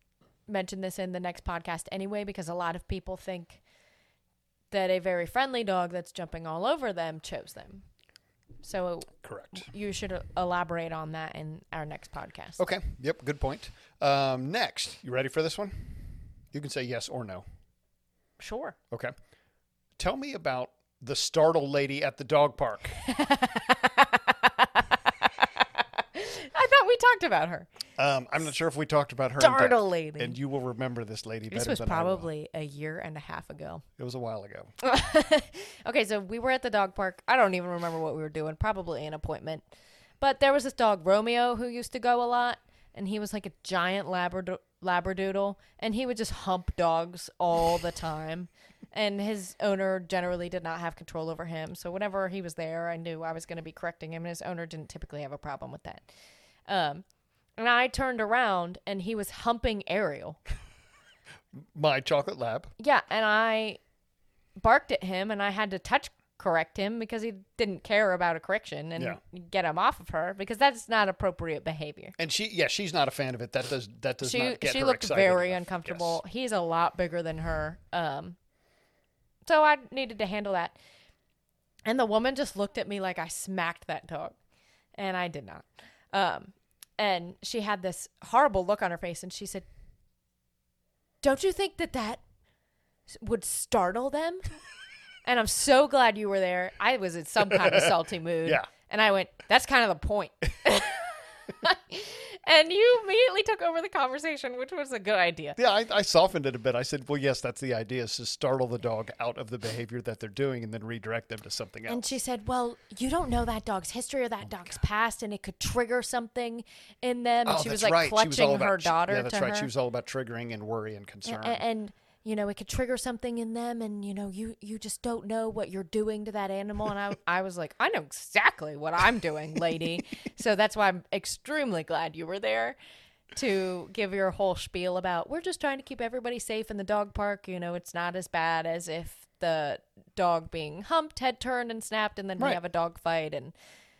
Speaker 2: mention this in the next podcast anyway, because a lot of people think that a very friendly dog that's jumping all over them chose them. So
Speaker 1: Correct.
Speaker 2: you should elaborate on that in our next podcast.
Speaker 1: Okay. Yep, good point. Um, next, you ready for this one? You can say yes or no.
Speaker 2: Sure.
Speaker 1: Okay. Tell me about the startle lady at the dog park.
Speaker 2: I thought we talked about her.
Speaker 1: Um, I'm not sure if we talked about her. in depth.
Speaker 2: Startle lady.
Speaker 1: and you will remember this lady
Speaker 2: this
Speaker 1: better
Speaker 2: was
Speaker 1: than I will.
Speaker 2: probably a year and a half ago.
Speaker 1: It was a while ago.
Speaker 2: okay, so we were at the dog park. I don't even remember what we were doing, probably an appointment. But there was this dog, Romeo, who used to go a lot, and he was like a giant labrado- labradoodle, and he would just hump dogs all the time. And his owner generally did not have control over him. So whenever he was there, I knew I was going to be correcting him, and his owner didn't typically have a problem with that. Um, and I turned around, and he was humping Ariel.
Speaker 1: My chocolate lab.
Speaker 2: Yeah, and I barked at him and I had to touch correct him because he didn't care about a correction and
Speaker 1: Yeah.
Speaker 2: get him off of her because that's not appropriate behavior.
Speaker 1: And she yeah, she's not a fan of it. That does that does
Speaker 2: She
Speaker 1: not get
Speaker 2: she
Speaker 1: her
Speaker 2: looked
Speaker 1: excited
Speaker 2: very
Speaker 1: enough.
Speaker 2: uncomfortable. He's a lot bigger than her. Um so I needed to handle that. And the woman just looked at me like I smacked that dog. And I did not. Um and she had this horrible look on her face and she said, "Don't you think that that would startle them. and I'm so glad you were there. I was in some kind of salty mood.
Speaker 1: Yeah.
Speaker 2: And I went, that's kind of the point. and you immediately took over the conversation, which was a good idea.
Speaker 1: Yes. Yeah, I, I softened it a bit. I said, Well, yes, that's the idea is to startle the dog out of the behavior that they're doing and then redirect them to something else.
Speaker 2: And she said, Well, you don't know that dog's history or that dog's past, and it could trigger something in them. And
Speaker 1: Oh,
Speaker 2: she
Speaker 1: that's
Speaker 2: was like
Speaker 1: right.
Speaker 2: clutching
Speaker 1: she was all about,
Speaker 2: her daughter
Speaker 1: Yeah, that's
Speaker 2: to
Speaker 1: right.
Speaker 2: her.
Speaker 1: She was all about triggering and worry and concern.
Speaker 2: A- a- and you know it could trigger something in them and you know you you just don't know what you're doing to that animal and i i was like i know exactly what i'm doing lady so that's why i'm extremely glad you were there to give your whole spiel about we're just trying to keep everybody safe in the dog park you know it's not as bad as if the dog being humped had turned and snapped and then
Speaker 1: Right.
Speaker 2: we have a dog fight and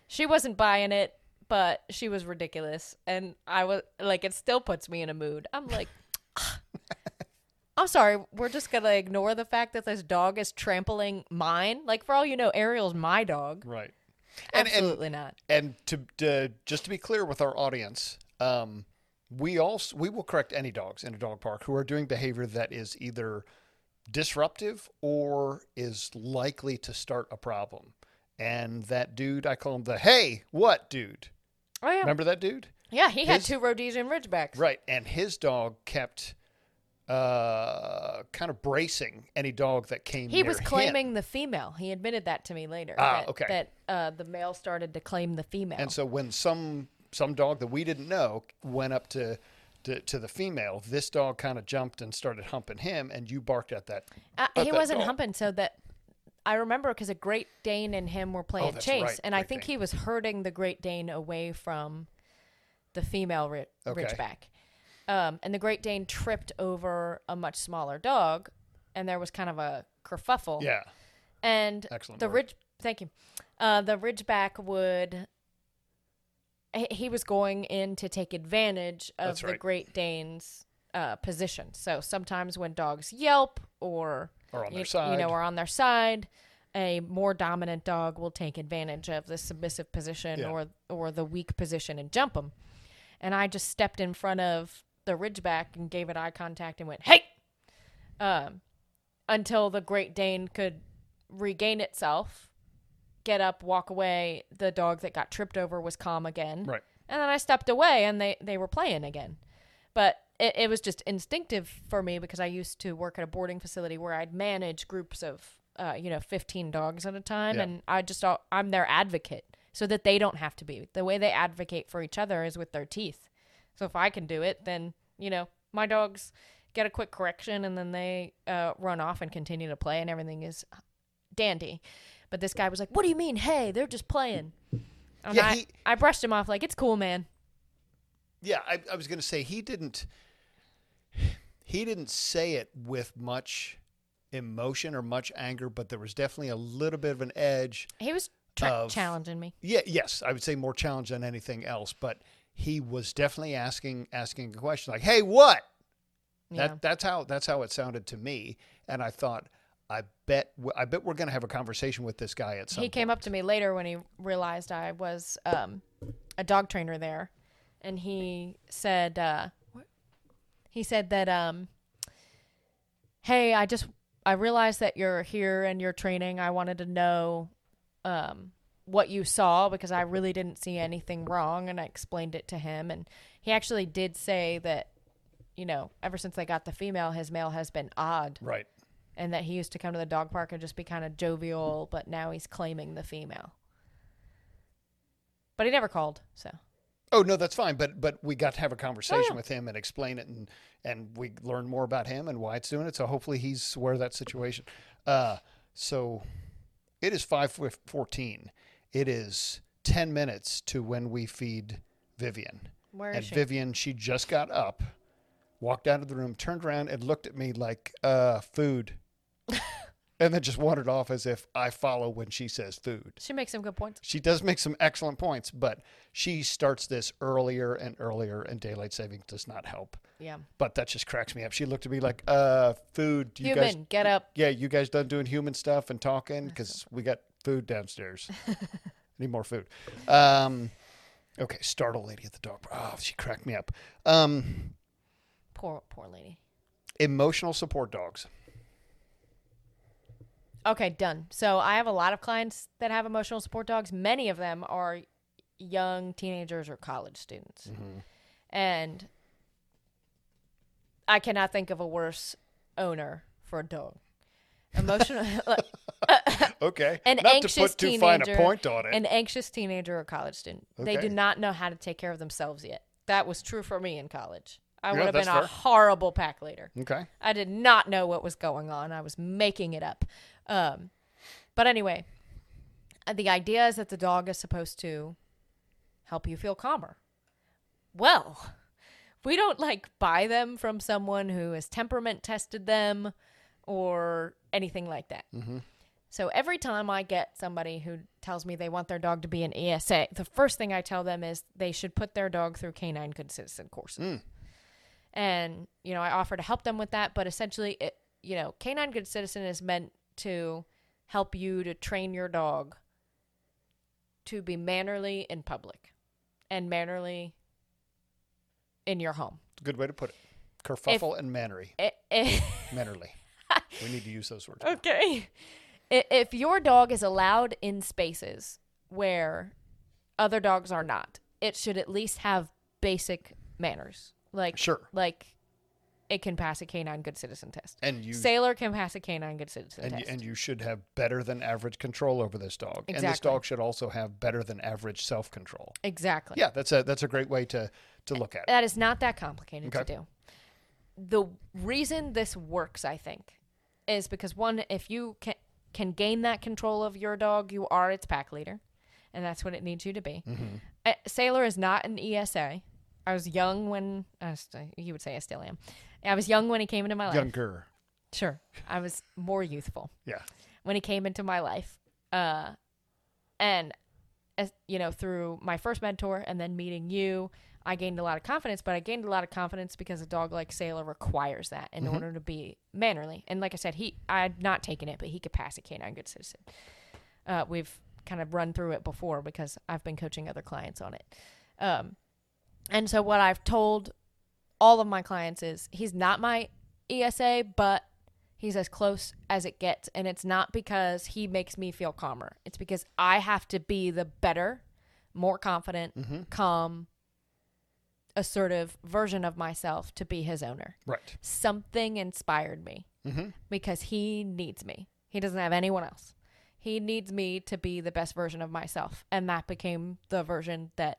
Speaker 2: she wasn't buying it but she was ridiculous and i was like it still puts me in a mood i'm like I'm sorry, we're just gonna ignore the fact that this dog is trampling mine. Like for all you know, Ariel's my dog.
Speaker 1: right. And- and-
Speaker 2: Absolutely not.
Speaker 1: And to, to just to be clear with our audience, um, we also we will correct any dogs in a dog park who are doing behavior that is either disruptive or is likely to start a problem. And that dude, I call him the hey what dude.
Speaker 2: Oh yeah,
Speaker 1: Remember that dude?
Speaker 2: yeah. He had
Speaker 1: his-
Speaker 2: two Rhodesian Ridgebacks.
Speaker 1: Right. And his dog kept uh, kind of bracing any dog that came.
Speaker 2: He
Speaker 1: near
Speaker 2: was
Speaker 1: him.
Speaker 2: claiming the female. He admitted that to me later.
Speaker 1: Ah,
Speaker 2: that,
Speaker 1: okay.
Speaker 2: That uh, the male started to claim the female.
Speaker 1: And so when some some dog that we didn't know went up to to, to the female, this dog kind of jumped and started humping him, and you barked at that.
Speaker 2: Uh,
Speaker 1: But
Speaker 2: he
Speaker 1: that
Speaker 2: wasn't
Speaker 1: dog-
Speaker 2: humping, so that I remember because a Great Dane and him were playing
Speaker 1: Oh, that's
Speaker 2: chase,
Speaker 1: right,
Speaker 2: and I
Speaker 1: Great
Speaker 2: think
Speaker 1: Dane.
Speaker 2: he was herding the Great Dane away from the female ri-
Speaker 1: Okay.
Speaker 2: Ridgeback, um, and the Great Dane tripped over a much smaller dog, and there was kind of a kerfuffle.
Speaker 1: Yeah,
Speaker 2: and
Speaker 1: Excellent
Speaker 2: the
Speaker 1: word.
Speaker 2: ridge. Thank you. Uh, the Ridgeback would. he- He was going in to take advantage of
Speaker 1: That's
Speaker 2: the
Speaker 1: right.
Speaker 2: Great Dane's uh, position. So sometimes when dogs yelp or
Speaker 1: Or on
Speaker 2: you,
Speaker 1: their
Speaker 2: you
Speaker 1: side.
Speaker 2: know, are on their side, a more dominant dog will take advantage of the submissive position
Speaker 1: Yeah.
Speaker 2: or or the weak position and jump them. And I just stepped in front of the Ridgeback and gave it eye contact and went, "Hey!" Um, until the Great Dane could regain itself, get up, walk away. The dog that got tripped over was calm again.
Speaker 1: right.
Speaker 2: And then I stepped away and they, they were playing again. But it, it was just instinctive for me because I used to work at a boarding facility where I'd manage groups of, uh, you know, 15 dogs at a time.
Speaker 1: Yeah.
Speaker 2: And I just, I'm their advocate so that they don't have to be. The way they advocate for each other is with their teeth. So if I can do it, then, you know, my dogs get a quick correction and then they uh, run off and continue to play and everything is dandy. But this guy was like, what do you mean? Hey, they're just playing. And
Speaker 1: Mm. Yeah,
Speaker 2: I,
Speaker 1: he-
Speaker 2: I brushed him off like, it's cool, man.
Speaker 1: Yeah, I, I was going to say he didn't. He didn't say it with much emotion or much anger, but there was definitely a little bit of an edge.
Speaker 2: He was tra-
Speaker 1: Of-
Speaker 2: challenging me.
Speaker 1: Yeah, yes, I would say more challenge than anything else, but he was definitely asking asking a question like, "Hey, what?"
Speaker 2: Yeah.
Speaker 1: That that's how that's how it sounded to me, and I thought, I bet w- I bet we're going to have a conversation with this guy at some.
Speaker 2: he
Speaker 1: point.
Speaker 2: came up to me later when he realized I was um, a dog trainer there, and he said, uh, he said that, um, hey, I just I realized that you're here and you're training. I wanted to know um, what you saw because I really didn't see anything wrong, and I explained it to him, and he actually did say that, you know, ever since they got the female, his male has been odd.
Speaker 1: right.
Speaker 2: and that he used to come to the dog park and just be kind of jovial, but now he's claiming the female. But he never called, so
Speaker 1: Oh no, that's fine. But but we got to have a conversation
Speaker 2: Oh, yeah.
Speaker 1: with him and explain it, and and we learn more about him and why it's doing it. So hopefully he's aware of that situation. Uh, so it is five fourteen. It is ten minutes to when we feed Vivian.
Speaker 2: where
Speaker 1: and
Speaker 2: is she?
Speaker 1: Vivian, she just got up, walked out of the room, turned around, and looked at me like uh, food, and then just wandered off as if I follow when she says food
Speaker 2: she makes some good points.
Speaker 1: she does make some excellent points, but she starts this earlier and earlier, and daylight saving does not help.
Speaker 2: Yeah,
Speaker 1: But that just cracks me up. She looked at me like, "Uh, food, you
Speaker 2: human,
Speaker 1: guys,
Speaker 2: get up.
Speaker 1: yeah, you guys done doing human stuff and talking because we got food downstairs. Need more food." Um, okay, startle lady at the dog. bar. Oh, she cracked me up. Um,
Speaker 2: Poor, poor lady.
Speaker 1: emotional support dogs.
Speaker 2: Okay, done. So I have a lot of clients that have emotional support dogs. Many of them are young teenagers or college students.
Speaker 1: Mm-hmm.
Speaker 2: And I cannot think of a worse owner for a dog. Emotional,
Speaker 1: Okay,
Speaker 2: An
Speaker 1: not to
Speaker 2: anxious
Speaker 1: put too fine a
Speaker 2: teenager
Speaker 1: point on it.
Speaker 2: an anxious teenager or college student. They
Speaker 1: Okay.
Speaker 2: do not know how to take care of themselves yet. That was true for me in college. I
Speaker 1: Yeah,
Speaker 2: would have
Speaker 1: that's
Speaker 2: been a
Speaker 1: fair.
Speaker 2: horrible pack leader.
Speaker 1: okay,
Speaker 2: I did not know what was going on. I was making it up. Um, but anyway, uh, the idea is that the dog is supposed to help you feel calmer. Well, we don't like buy them from someone who has temperament tested them or anything like that. So every time I get somebody who tells me they want their dog to be an ESA, the first thing I tell them is they should put their dog through canine good citizen courses and you know i offer to help them with that but essentially it you know canine good citizen is meant to help you to train your dog to be mannerly in public and mannerly in your home
Speaker 1: good way to put it. Kerfuffle and mannery,
Speaker 2: I- I-
Speaker 1: mannerly. we need to use those
Speaker 2: Oh,
Speaker 1: words.
Speaker 2: okay I- if your dog is allowed in spaces where other dogs are not it should at least have basic manners like
Speaker 1: Sure.
Speaker 2: like it can pass a canine good citizen test.
Speaker 1: And you
Speaker 2: Sailor can pass a canine good citizen
Speaker 1: and,
Speaker 2: test.
Speaker 1: you- and you should have better than average control over this dog. And this
Speaker 2: Exactly.
Speaker 1: dog should also have better than average self control.
Speaker 2: exactly.
Speaker 1: Yeah, that's a that's a great way to to look at it.
Speaker 2: That is not that complicated
Speaker 1: Okay.
Speaker 2: to do. The reason this works, I think, is because one, if you can can gain that control of your dog, you are its pack leader, and that's what it needs you to be.
Speaker 1: Mm-hmm.
Speaker 2: Uh, Sailor is not an ESA. I was young when I was, uh, you would say I still am. I was young when he came into my life.
Speaker 1: Younger.
Speaker 2: Sure, I was more youthful
Speaker 1: Yeah.
Speaker 2: when he came into my life. Uh, and as you know, through my first mentor and then meeting you, I gained a lot of confidence. But I gained a lot of confidence because a dog like Sailor requires that in order to be mannerly. And like I said, he I'd not taken it, but he could pass a canine good citizen. Uh, we've kind of run through it before because I've been coaching other clients on it. Um, and so what I've told all of my clients is he's not my ESA, but he's as close as it gets. And it's not because he makes me feel calmer. It's because I have to be the better, more confident, calm, assertive version of myself to be his owner.
Speaker 1: Right.
Speaker 2: Something inspired me
Speaker 1: Mm-hmm.
Speaker 2: because he needs me. He doesn't have anyone else. He needs me to be the best version of myself. And that became the version that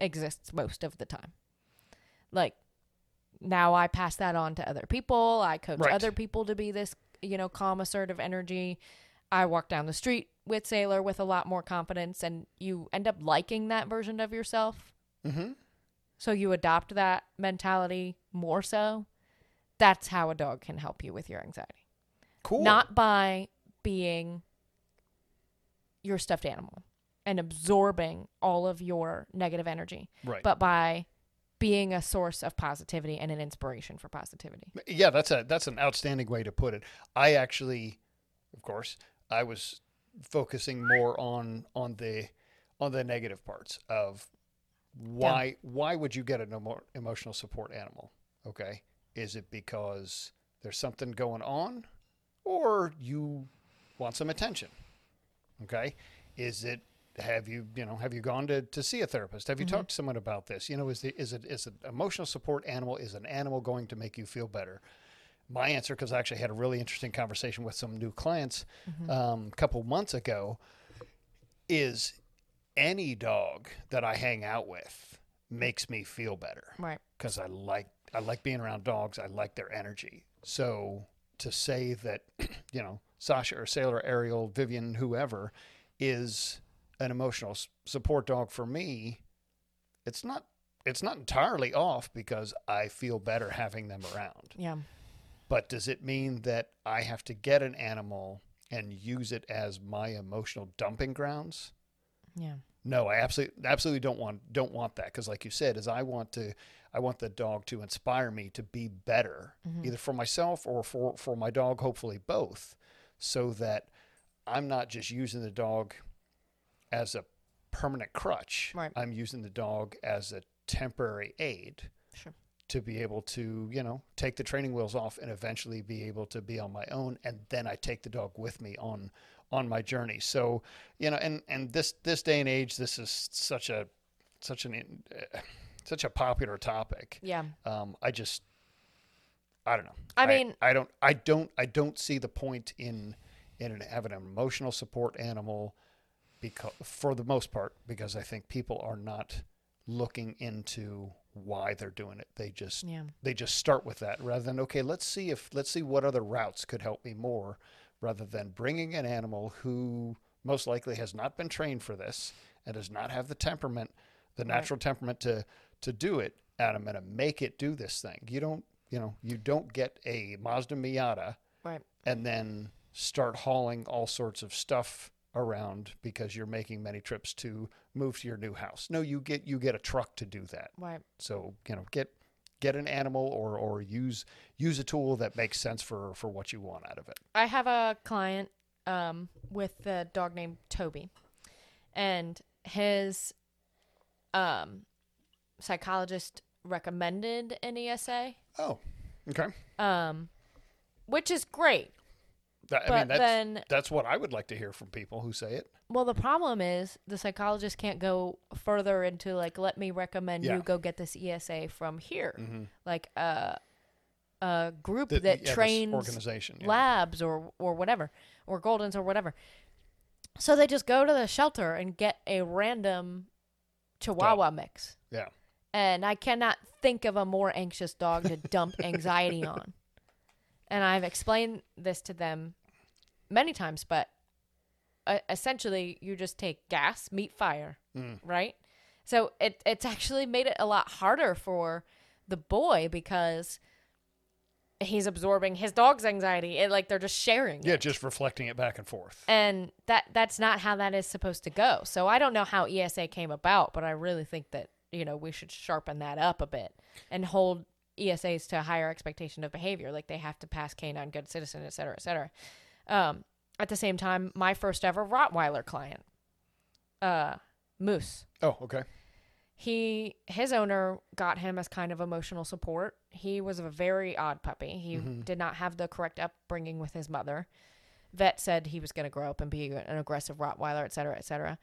Speaker 2: exists most of the time. Like now I pass that on to other people. I coach
Speaker 1: Right.
Speaker 2: other people to be this, you know, calm, assertive energy. I walk down the street with Sailor with a lot more confidence and you end up liking that version of yourself.
Speaker 1: Mm-hmm.
Speaker 2: So you adopt that mentality more so. That's how a dog can help you with your anxiety
Speaker 1: Cool.
Speaker 2: not by being your stuffed animal and absorbing all of your negative energy,
Speaker 1: right.
Speaker 2: but by being a source of positivity and an inspiration for positivity.
Speaker 1: Yeah, that's a that's an outstanding way to put it. I actually, of course, I was focusing more on on the on the negative parts of why why would you get an emo- emotional support animal? Okay, is it because there's something going on, or you want some attention? Okay, is it have you you know have you gone to, to see a therapist? Have you talked to someone about this? You know, is the is it is an emotional support animal? Is an animal going to make you feel better? my answer because I actually had a really interesting conversation with some new clients um, a couple months ago is any dog that I hang out with makes me feel better
Speaker 2: Right.
Speaker 1: because I like I like being around dogs. I like their energy. So to say that you know Sasha or Sailor, Ariel, Vivian, whoever is an emotional s- support dog for me, it's not it's not entirely off because I feel better having them around.
Speaker 2: Yeah.
Speaker 1: But does it mean that I have to get an animal and use it as my emotional dumping grounds?
Speaker 2: Yeah.
Speaker 1: No, I absolutely absolutely don't want don't want that because, like you said, is I want to I want the dog to inspire me to be better, either for myself or for for my dog. Hopefully, both, so that I'm not just using the dog as a permanent crutch.
Speaker 2: Right.
Speaker 1: I'm using the dog as a temporary aid
Speaker 2: Sure.
Speaker 1: to be able to, you know, take the training wheels off and eventually be able to be on my own. And then I take the dog with me on on my journey. So, you know, and and this this day and age, this is such a such an in- uh, such a popular topic.
Speaker 2: Yeah.
Speaker 1: Um, I just I don't know.
Speaker 2: I mean-
Speaker 1: I don't I don't I don't see the point in in an, having an emotional support animal because for the most part because I think people are not looking into why they're doing it. They just
Speaker 2: Yeah.
Speaker 1: they just start with that rather than okay, let's see if let's see what other routes could help me more rather than bringing an animal who most likely has not been trained for this and does not have the temperament, the natural temperament to to do it. And I'm going to make it do this thing. You don't, you know, you don't get a Mazda Miata
Speaker 2: Right.
Speaker 1: and then start hauling all sorts of stuff around because you're making many trips to move to your new house. No, you get you get a truck to do that.
Speaker 2: Right.
Speaker 1: So, you know, get get an animal or or use use a tool that makes sense for for what you want out of it.
Speaker 2: I have a client um, with a dog named Toby, and his um, psychologist recommended an ESA,
Speaker 1: Oh, okay.
Speaker 2: um, which is great.
Speaker 1: That, I mean,
Speaker 2: But
Speaker 1: that's
Speaker 2: then-
Speaker 1: that's what I would like to hear from people who say it.
Speaker 2: Well, the problem is the psychologist can't go further into like, let me recommend
Speaker 1: Yeah.
Speaker 2: you go get this ESA from here. Like, uh, a group
Speaker 1: Th-
Speaker 2: that
Speaker 1: yeah, this
Speaker 2: trains
Speaker 1: organization. yeah.
Speaker 2: labs or or whatever or Goldens or whatever. So they just go to the shelter and get a random Chihuahua mix,
Speaker 1: yeah.
Speaker 2: and I cannot think of a more anxious dog to dump anxiety on. And I've explained this to them many times, but uh, essentially, you just take gas, meat, fire, right? So it it's actually made it a lot harder for the boy because he's absorbing his dog's anxiety. It like they're just sharing. it.
Speaker 1: Yeah, just reflecting it back and forth.
Speaker 2: And that that's not how that is supposed to go. So I don't know how ESA came about, but I really think that, you know, we should sharpen that up a bit and hold ESAs to a higher expectation of behavior. Like they have to pass canine good citizen, et cetera, et cetera. Um, at the same time, my first ever Rottweiler client, uh, Moose
Speaker 1: Oh, okay.
Speaker 2: he his owner got him as kind of emotional support. He was a very odd puppy. He did not have the correct upbringing with his mother. Vet said he was going to grow up and be an aggressive Rottweiler, et cetera, et cetera.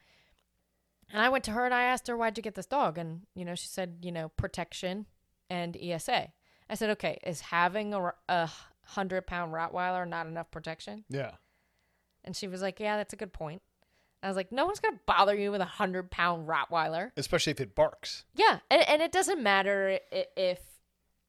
Speaker 2: And I went to her and I asked her, "Why'd you get this dog?" And you know, she said, "You know, protection and ESA." I said, "Okay, is having a, ro- a hundred pound Rottweiler not enough protection?"
Speaker 1: Yeah.
Speaker 2: And she was like, "Yeah, that's a good point." I was like, "No one's going to bother you with a hundred pound Rottweiler."
Speaker 1: Especially if it barks.
Speaker 2: Yeah, and, and it doesn't matter i- if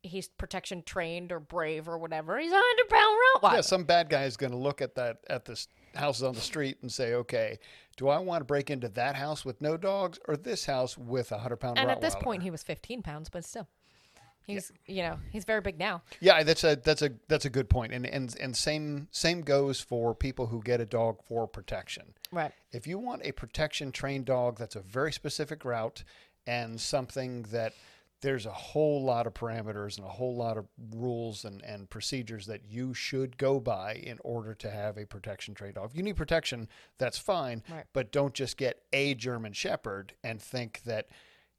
Speaker 2: he's protection trained or brave or whatever. He's a hundred pound Rottweiler.
Speaker 1: Yeah, some bad guy is going to look at that at this houses on the street and say, "Okay, do I want to break into that house with no dogs or this house with a hundred pound?"
Speaker 2: and at this point, he was fifteen pounds, but still, he's you know he's very big now.
Speaker 1: yeah, that's a that's a that's a good point, and and and same same goes for people who get a dog for protection.
Speaker 2: Right.
Speaker 1: If you want a protection trained dog, that's a very specific route and something that there's a whole lot of parameters and a whole lot of rules and, and procedures that you should go by in order to have a protection trained dog. If you need protection, that's fine,
Speaker 2: Right.
Speaker 1: but don't just get a German Shepherd and think that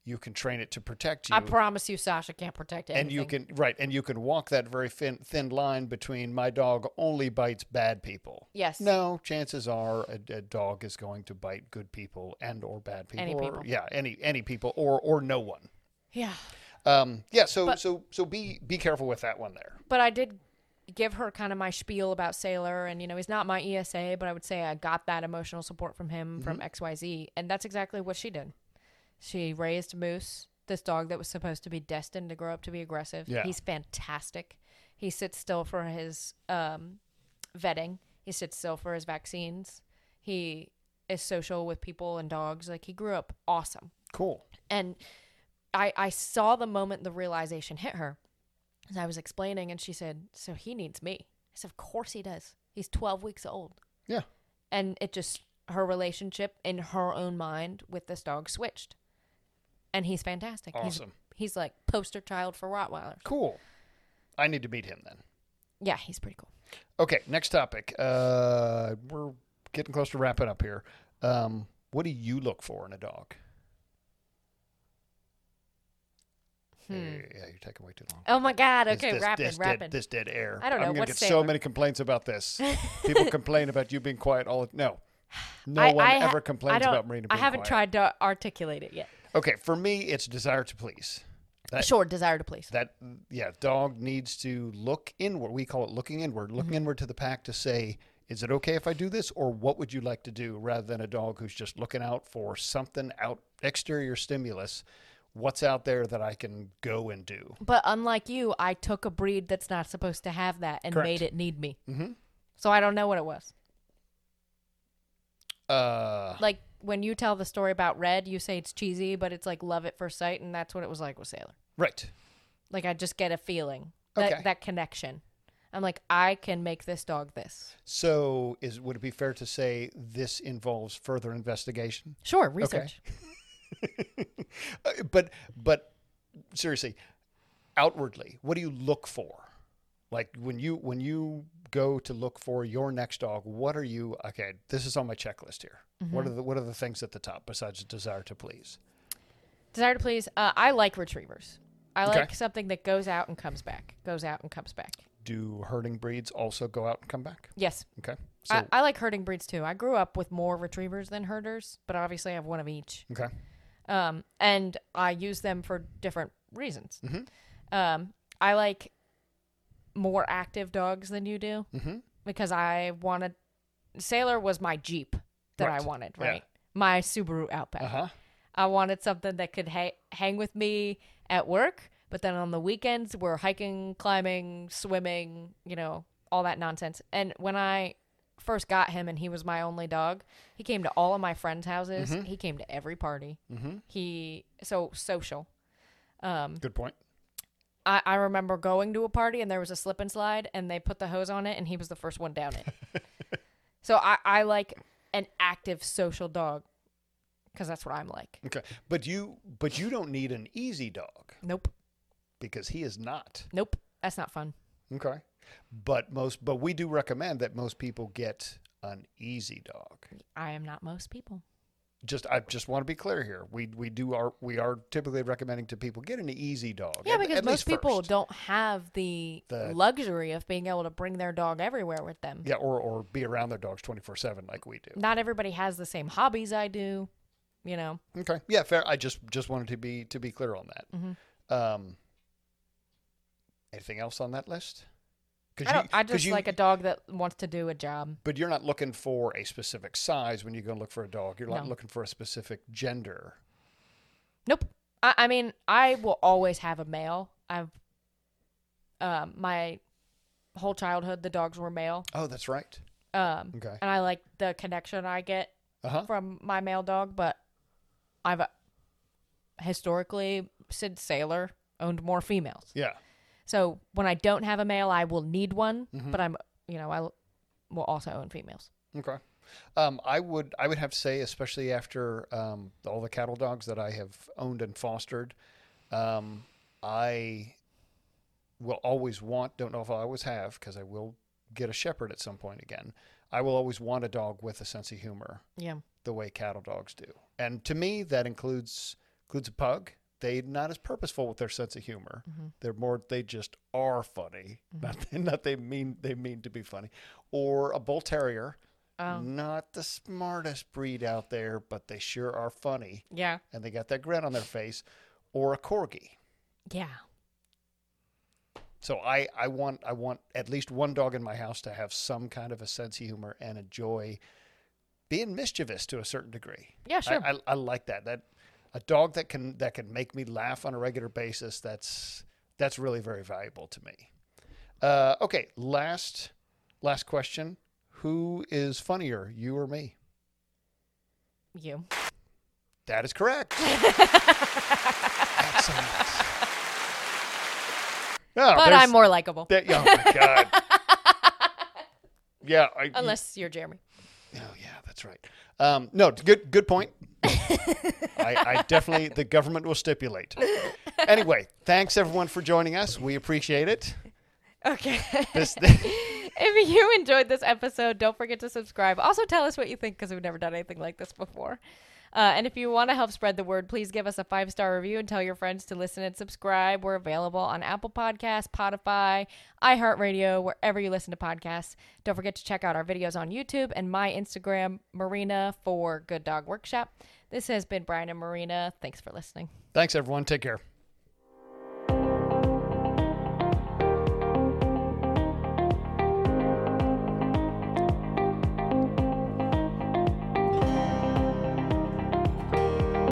Speaker 1: you can train it to protect you
Speaker 2: I promise you, Sasha can't protect anything.
Speaker 1: and you can right and you can walk that very thin, thin line between my dog only bites bad people
Speaker 2: Yes.
Speaker 1: no chances are a, a dog is going to bite good people and or bad people
Speaker 2: Any
Speaker 1: or
Speaker 2: people.
Speaker 1: yeah any any people or or no one
Speaker 2: Yeah,
Speaker 1: um yeah so so so be be careful with that one there
Speaker 2: but I did give her kind of my spiel about Sailor, and you know he's not my ESA, but I would say I got that emotional support from him from X Y Z, and that's exactly what she did. She raised Moose, this dog that was supposed to be destined to grow up to be aggressive.
Speaker 1: Yeah.
Speaker 2: He's fantastic. He sits still for his um, vetting, he sits still for his vaccines. He is social with people and dogs. Like, he grew up awesome.
Speaker 1: cool
Speaker 2: And I, I saw the moment the realization hit her as I was explaining, and she said, So he needs me. I said, Of course he does. He's 12 weeks old
Speaker 1: yeah
Speaker 2: and it just her relationship in her own mind with this dog switched and he's fantastic
Speaker 1: Awesome.
Speaker 2: he's, he's like poster child for rottweilers
Speaker 1: cool i need to meet him then
Speaker 2: yeah he's pretty cool
Speaker 1: okay next topic uh we're getting close to wrapping up here um what do you look for in a dog Hey, yeah you're taking way too long
Speaker 2: oh my god
Speaker 1: This-
Speaker 2: Hmm. okay
Speaker 1: this,
Speaker 2: rapid
Speaker 1: this
Speaker 2: rapid
Speaker 1: Dead, this dead air.
Speaker 2: I don't know,
Speaker 1: I'm gonna
Speaker 2: what's
Speaker 1: get so
Speaker 2: safer?
Speaker 1: many complaints about this. People complain about you being quiet all. No, no
Speaker 2: I-
Speaker 1: one
Speaker 2: I ha-
Speaker 1: ever complains
Speaker 2: I don't-
Speaker 1: about Marina.
Speaker 2: i
Speaker 1: Being
Speaker 2: haven't
Speaker 1: quiet.
Speaker 2: tried to articulate it yet
Speaker 1: Okay, for me, it's desire to please. That-
Speaker 2: sure desire to please
Speaker 1: That yeah, dog needs to look inward. We call it looking inward, looking inward to the pack to say, is it okay if I do this, or what would you like to do? Rather than a dog who's just looking out for something out exterior stimulus. What's out there that I can go and do?
Speaker 2: but unlike you i took a breed that's not supposed to have that and
Speaker 1: Correct.
Speaker 2: made it need me mm-hmm. so i don't know what it was
Speaker 1: Uh,
Speaker 2: like when you tell the story about red you say it's cheesy but it's like love at first sight and that's what it was like with sailor
Speaker 1: right.
Speaker 2: Like I just get a feeling that
Speaker 1: Okay.
Speaker 2: that connection. I'm like I can make this dog this.
Speaker 1: So, is would it be fair to say this involves further investigation?
Speaker 2: Sure, research.
Speaker 1: Uh, But, but seriously, outwardly, what do you look for? Like when you when you go to look for your next dog, what are you? Okay, this is on my checklist here. What are the what are the things at the top besides desire to please?
Speaker 2: Desire to please. Uh, I like retrievers. I
Speaker 1: Okay.
Speaker 2: like something that goes out and comes back. Goes out and comes back.
Speaker 1: Do herding breeds also go out and come back?
Speaker 2: Yes,
Speaker 1: Okay, so
Speaker 2: I, I like herding breeds too. I grew up with more retrievers than herders, but obviously I have one of each.
Speaker 1: okay,
Speaker 2: um,
Speaker 1: Mm-hmm.
Speaker 2: and I use them for different reasons. Um, I like more active dogs than you do
Speaker 1: Mhm.
Speaker 2: because I wanted Sailor was my Jeep that
Speaker 1: Right.
Speaker 2: I wanted,
Speaker 1: Yeah.
Speaker 2: right? My Subaru Outback.
Speaker 1: Uh huh.
Speaker 2: I wanted something that could ha- hang with me at work, but then on the weekends we're hiking, climbing, swimming, you know, all that nonsense. And when I first got him and he was my only dog, he came to all of my friends' houses.
Speaker 1: Mm-hmm.
Speaker 2: He came to every party.
Speaker 1: Mhm.
Speaker 2: He so social. Um
Speaker 1: Good point.
Speaker 2: I, I remember going to a party and there was a slip and slide and they put the hose on it and he was the first one down it. so I, I like an active social dog because that's what I'm like.
Speaker 1: Okay, but you but you don't need an easy dog
Speaker 2: Nope.
Speaker 1: because he is not.
Speaker 2: Nope. That's not fun.
Speaker 1: Okay, but most but we do recommend that most people get an easy dog.
Speaker 2: I am not most people.
Speaker 1: Just I just want to be clear here. We we do our we are typically recommending to people get an easy dog.
Speaker 2: Yeah,
Speaker 1: at-
Speaker 2: because
Speaker 1: at least
Speaker 2: most people do
Speaker 1: first.
Speaker 2: don't have the,
Speaker 1: The-
Speaker 2: luxury of being able to bring their dog everywhere with them.
Speaker 1: Yeah, or or be around their dogs twenty four seven like we do.
Speaker 2: Not everybody has the same hobbies I do, you know.
Speaker 1: Okay, yeah, fair. I just just wanted to be to be clear on that.
Speaker 2: Mm-hmm.
Speaker 1: Um, anything else on that list? 'Cause
Speaker 2: I don't. I
Speaker 1: 'cause
Speaker 2: just
Speaker 1: you-
Speaker 2: like a dog that wants to do a job.
Speaker 1: But you're not looking for a specific size when you go look for a dog. You're not
Speaker 2: No.
Speaker 1: looking for a specific gender.
Speaker 2: Nope. I, I mean, I will always have a male. I've um my whole childhood the dogs were male.
Speaker 1: Oh, that's right.
Speaker 2: Um
Speaker 1: Okay.
Speaker 2: and I like the connection I get
Speaker 1: Uh huh.
Speaker 2: from my male dog, but I've uh, historically since Sailor owned more females.
Speaker 1: Yeah.
Speaker 2: So when I don't have a male, I will need one,
Speaker 1: Mm-hmm.
Speaker 2: but I'm you know, I l- will also own females.
Speaker 1: Okay. Um, I would I would have to say, especially after um, all the cattle dogs that I have owned and fostered, um, I will always want. Don't know if I always have because I will get a shepherd at some point again. I will always want a dog with a sense of humor.
Speaker 2: Yeah.
Speaker 1: the way cattle dogs do. And to me, that includes includes a pug. They're not as purposeful with their sense of humor. They're more they just are funny. Not not they mean they mean to be funny. Or a bull terrier. Not the smartest breed out there, but they sure are funny
Speaker 2: Yeah.
Speaker 1: and they got that grin on their face. Or a corgi.
Speaker 2: Yeah.
Speaker 1: So I, I want I want at least one dog in my house to have some kind of a sense of humor and enjoy being mischievous to a certain degree.
Speaker 2: Yeah, sure.
Speaker 1: I, I, I like that. That a dog that can that can make me laugh on a regular basis. That's that's really very valuable to me. Uh, okay, last last question: Who is funnier, you or me?
Speaker 2: You.
Speaker 1: That is correct. Excellent. Yeah,
Speaker 2: But
Speaker 1: Oh, there's-
Speaker 2: I'm more likable.
Speaker 1: That, oh my god. yeah, I,
Speaker 2: Unless you're Jeremy.
Speaker 1: Oh yeah, that's right. Um, no, good good point. I, I definitely the government will stipulate. Anyway, thanks everyone for joining us. We appreciate it.
Speaker 2: Okay.
Speaker 1: This
Speaker 2: if you enjoyed this episode, don't forget to subscribe. Also, tell us what you think because we've never done anything like this before. Uh, and if you want to help spread the word, please give us a five star review and tell your friends to listen and subscribe. We're available on Apple Podcasts, Spotify, iHeartRadio, wherever you listen to podcasts. Don't forget to check out our videos on YouTube and my Instagram, Marina for Good Dog Workshop. This has been Brian and Marina. Thanks for listening.
Speaker 1: thanks everyone. Take care.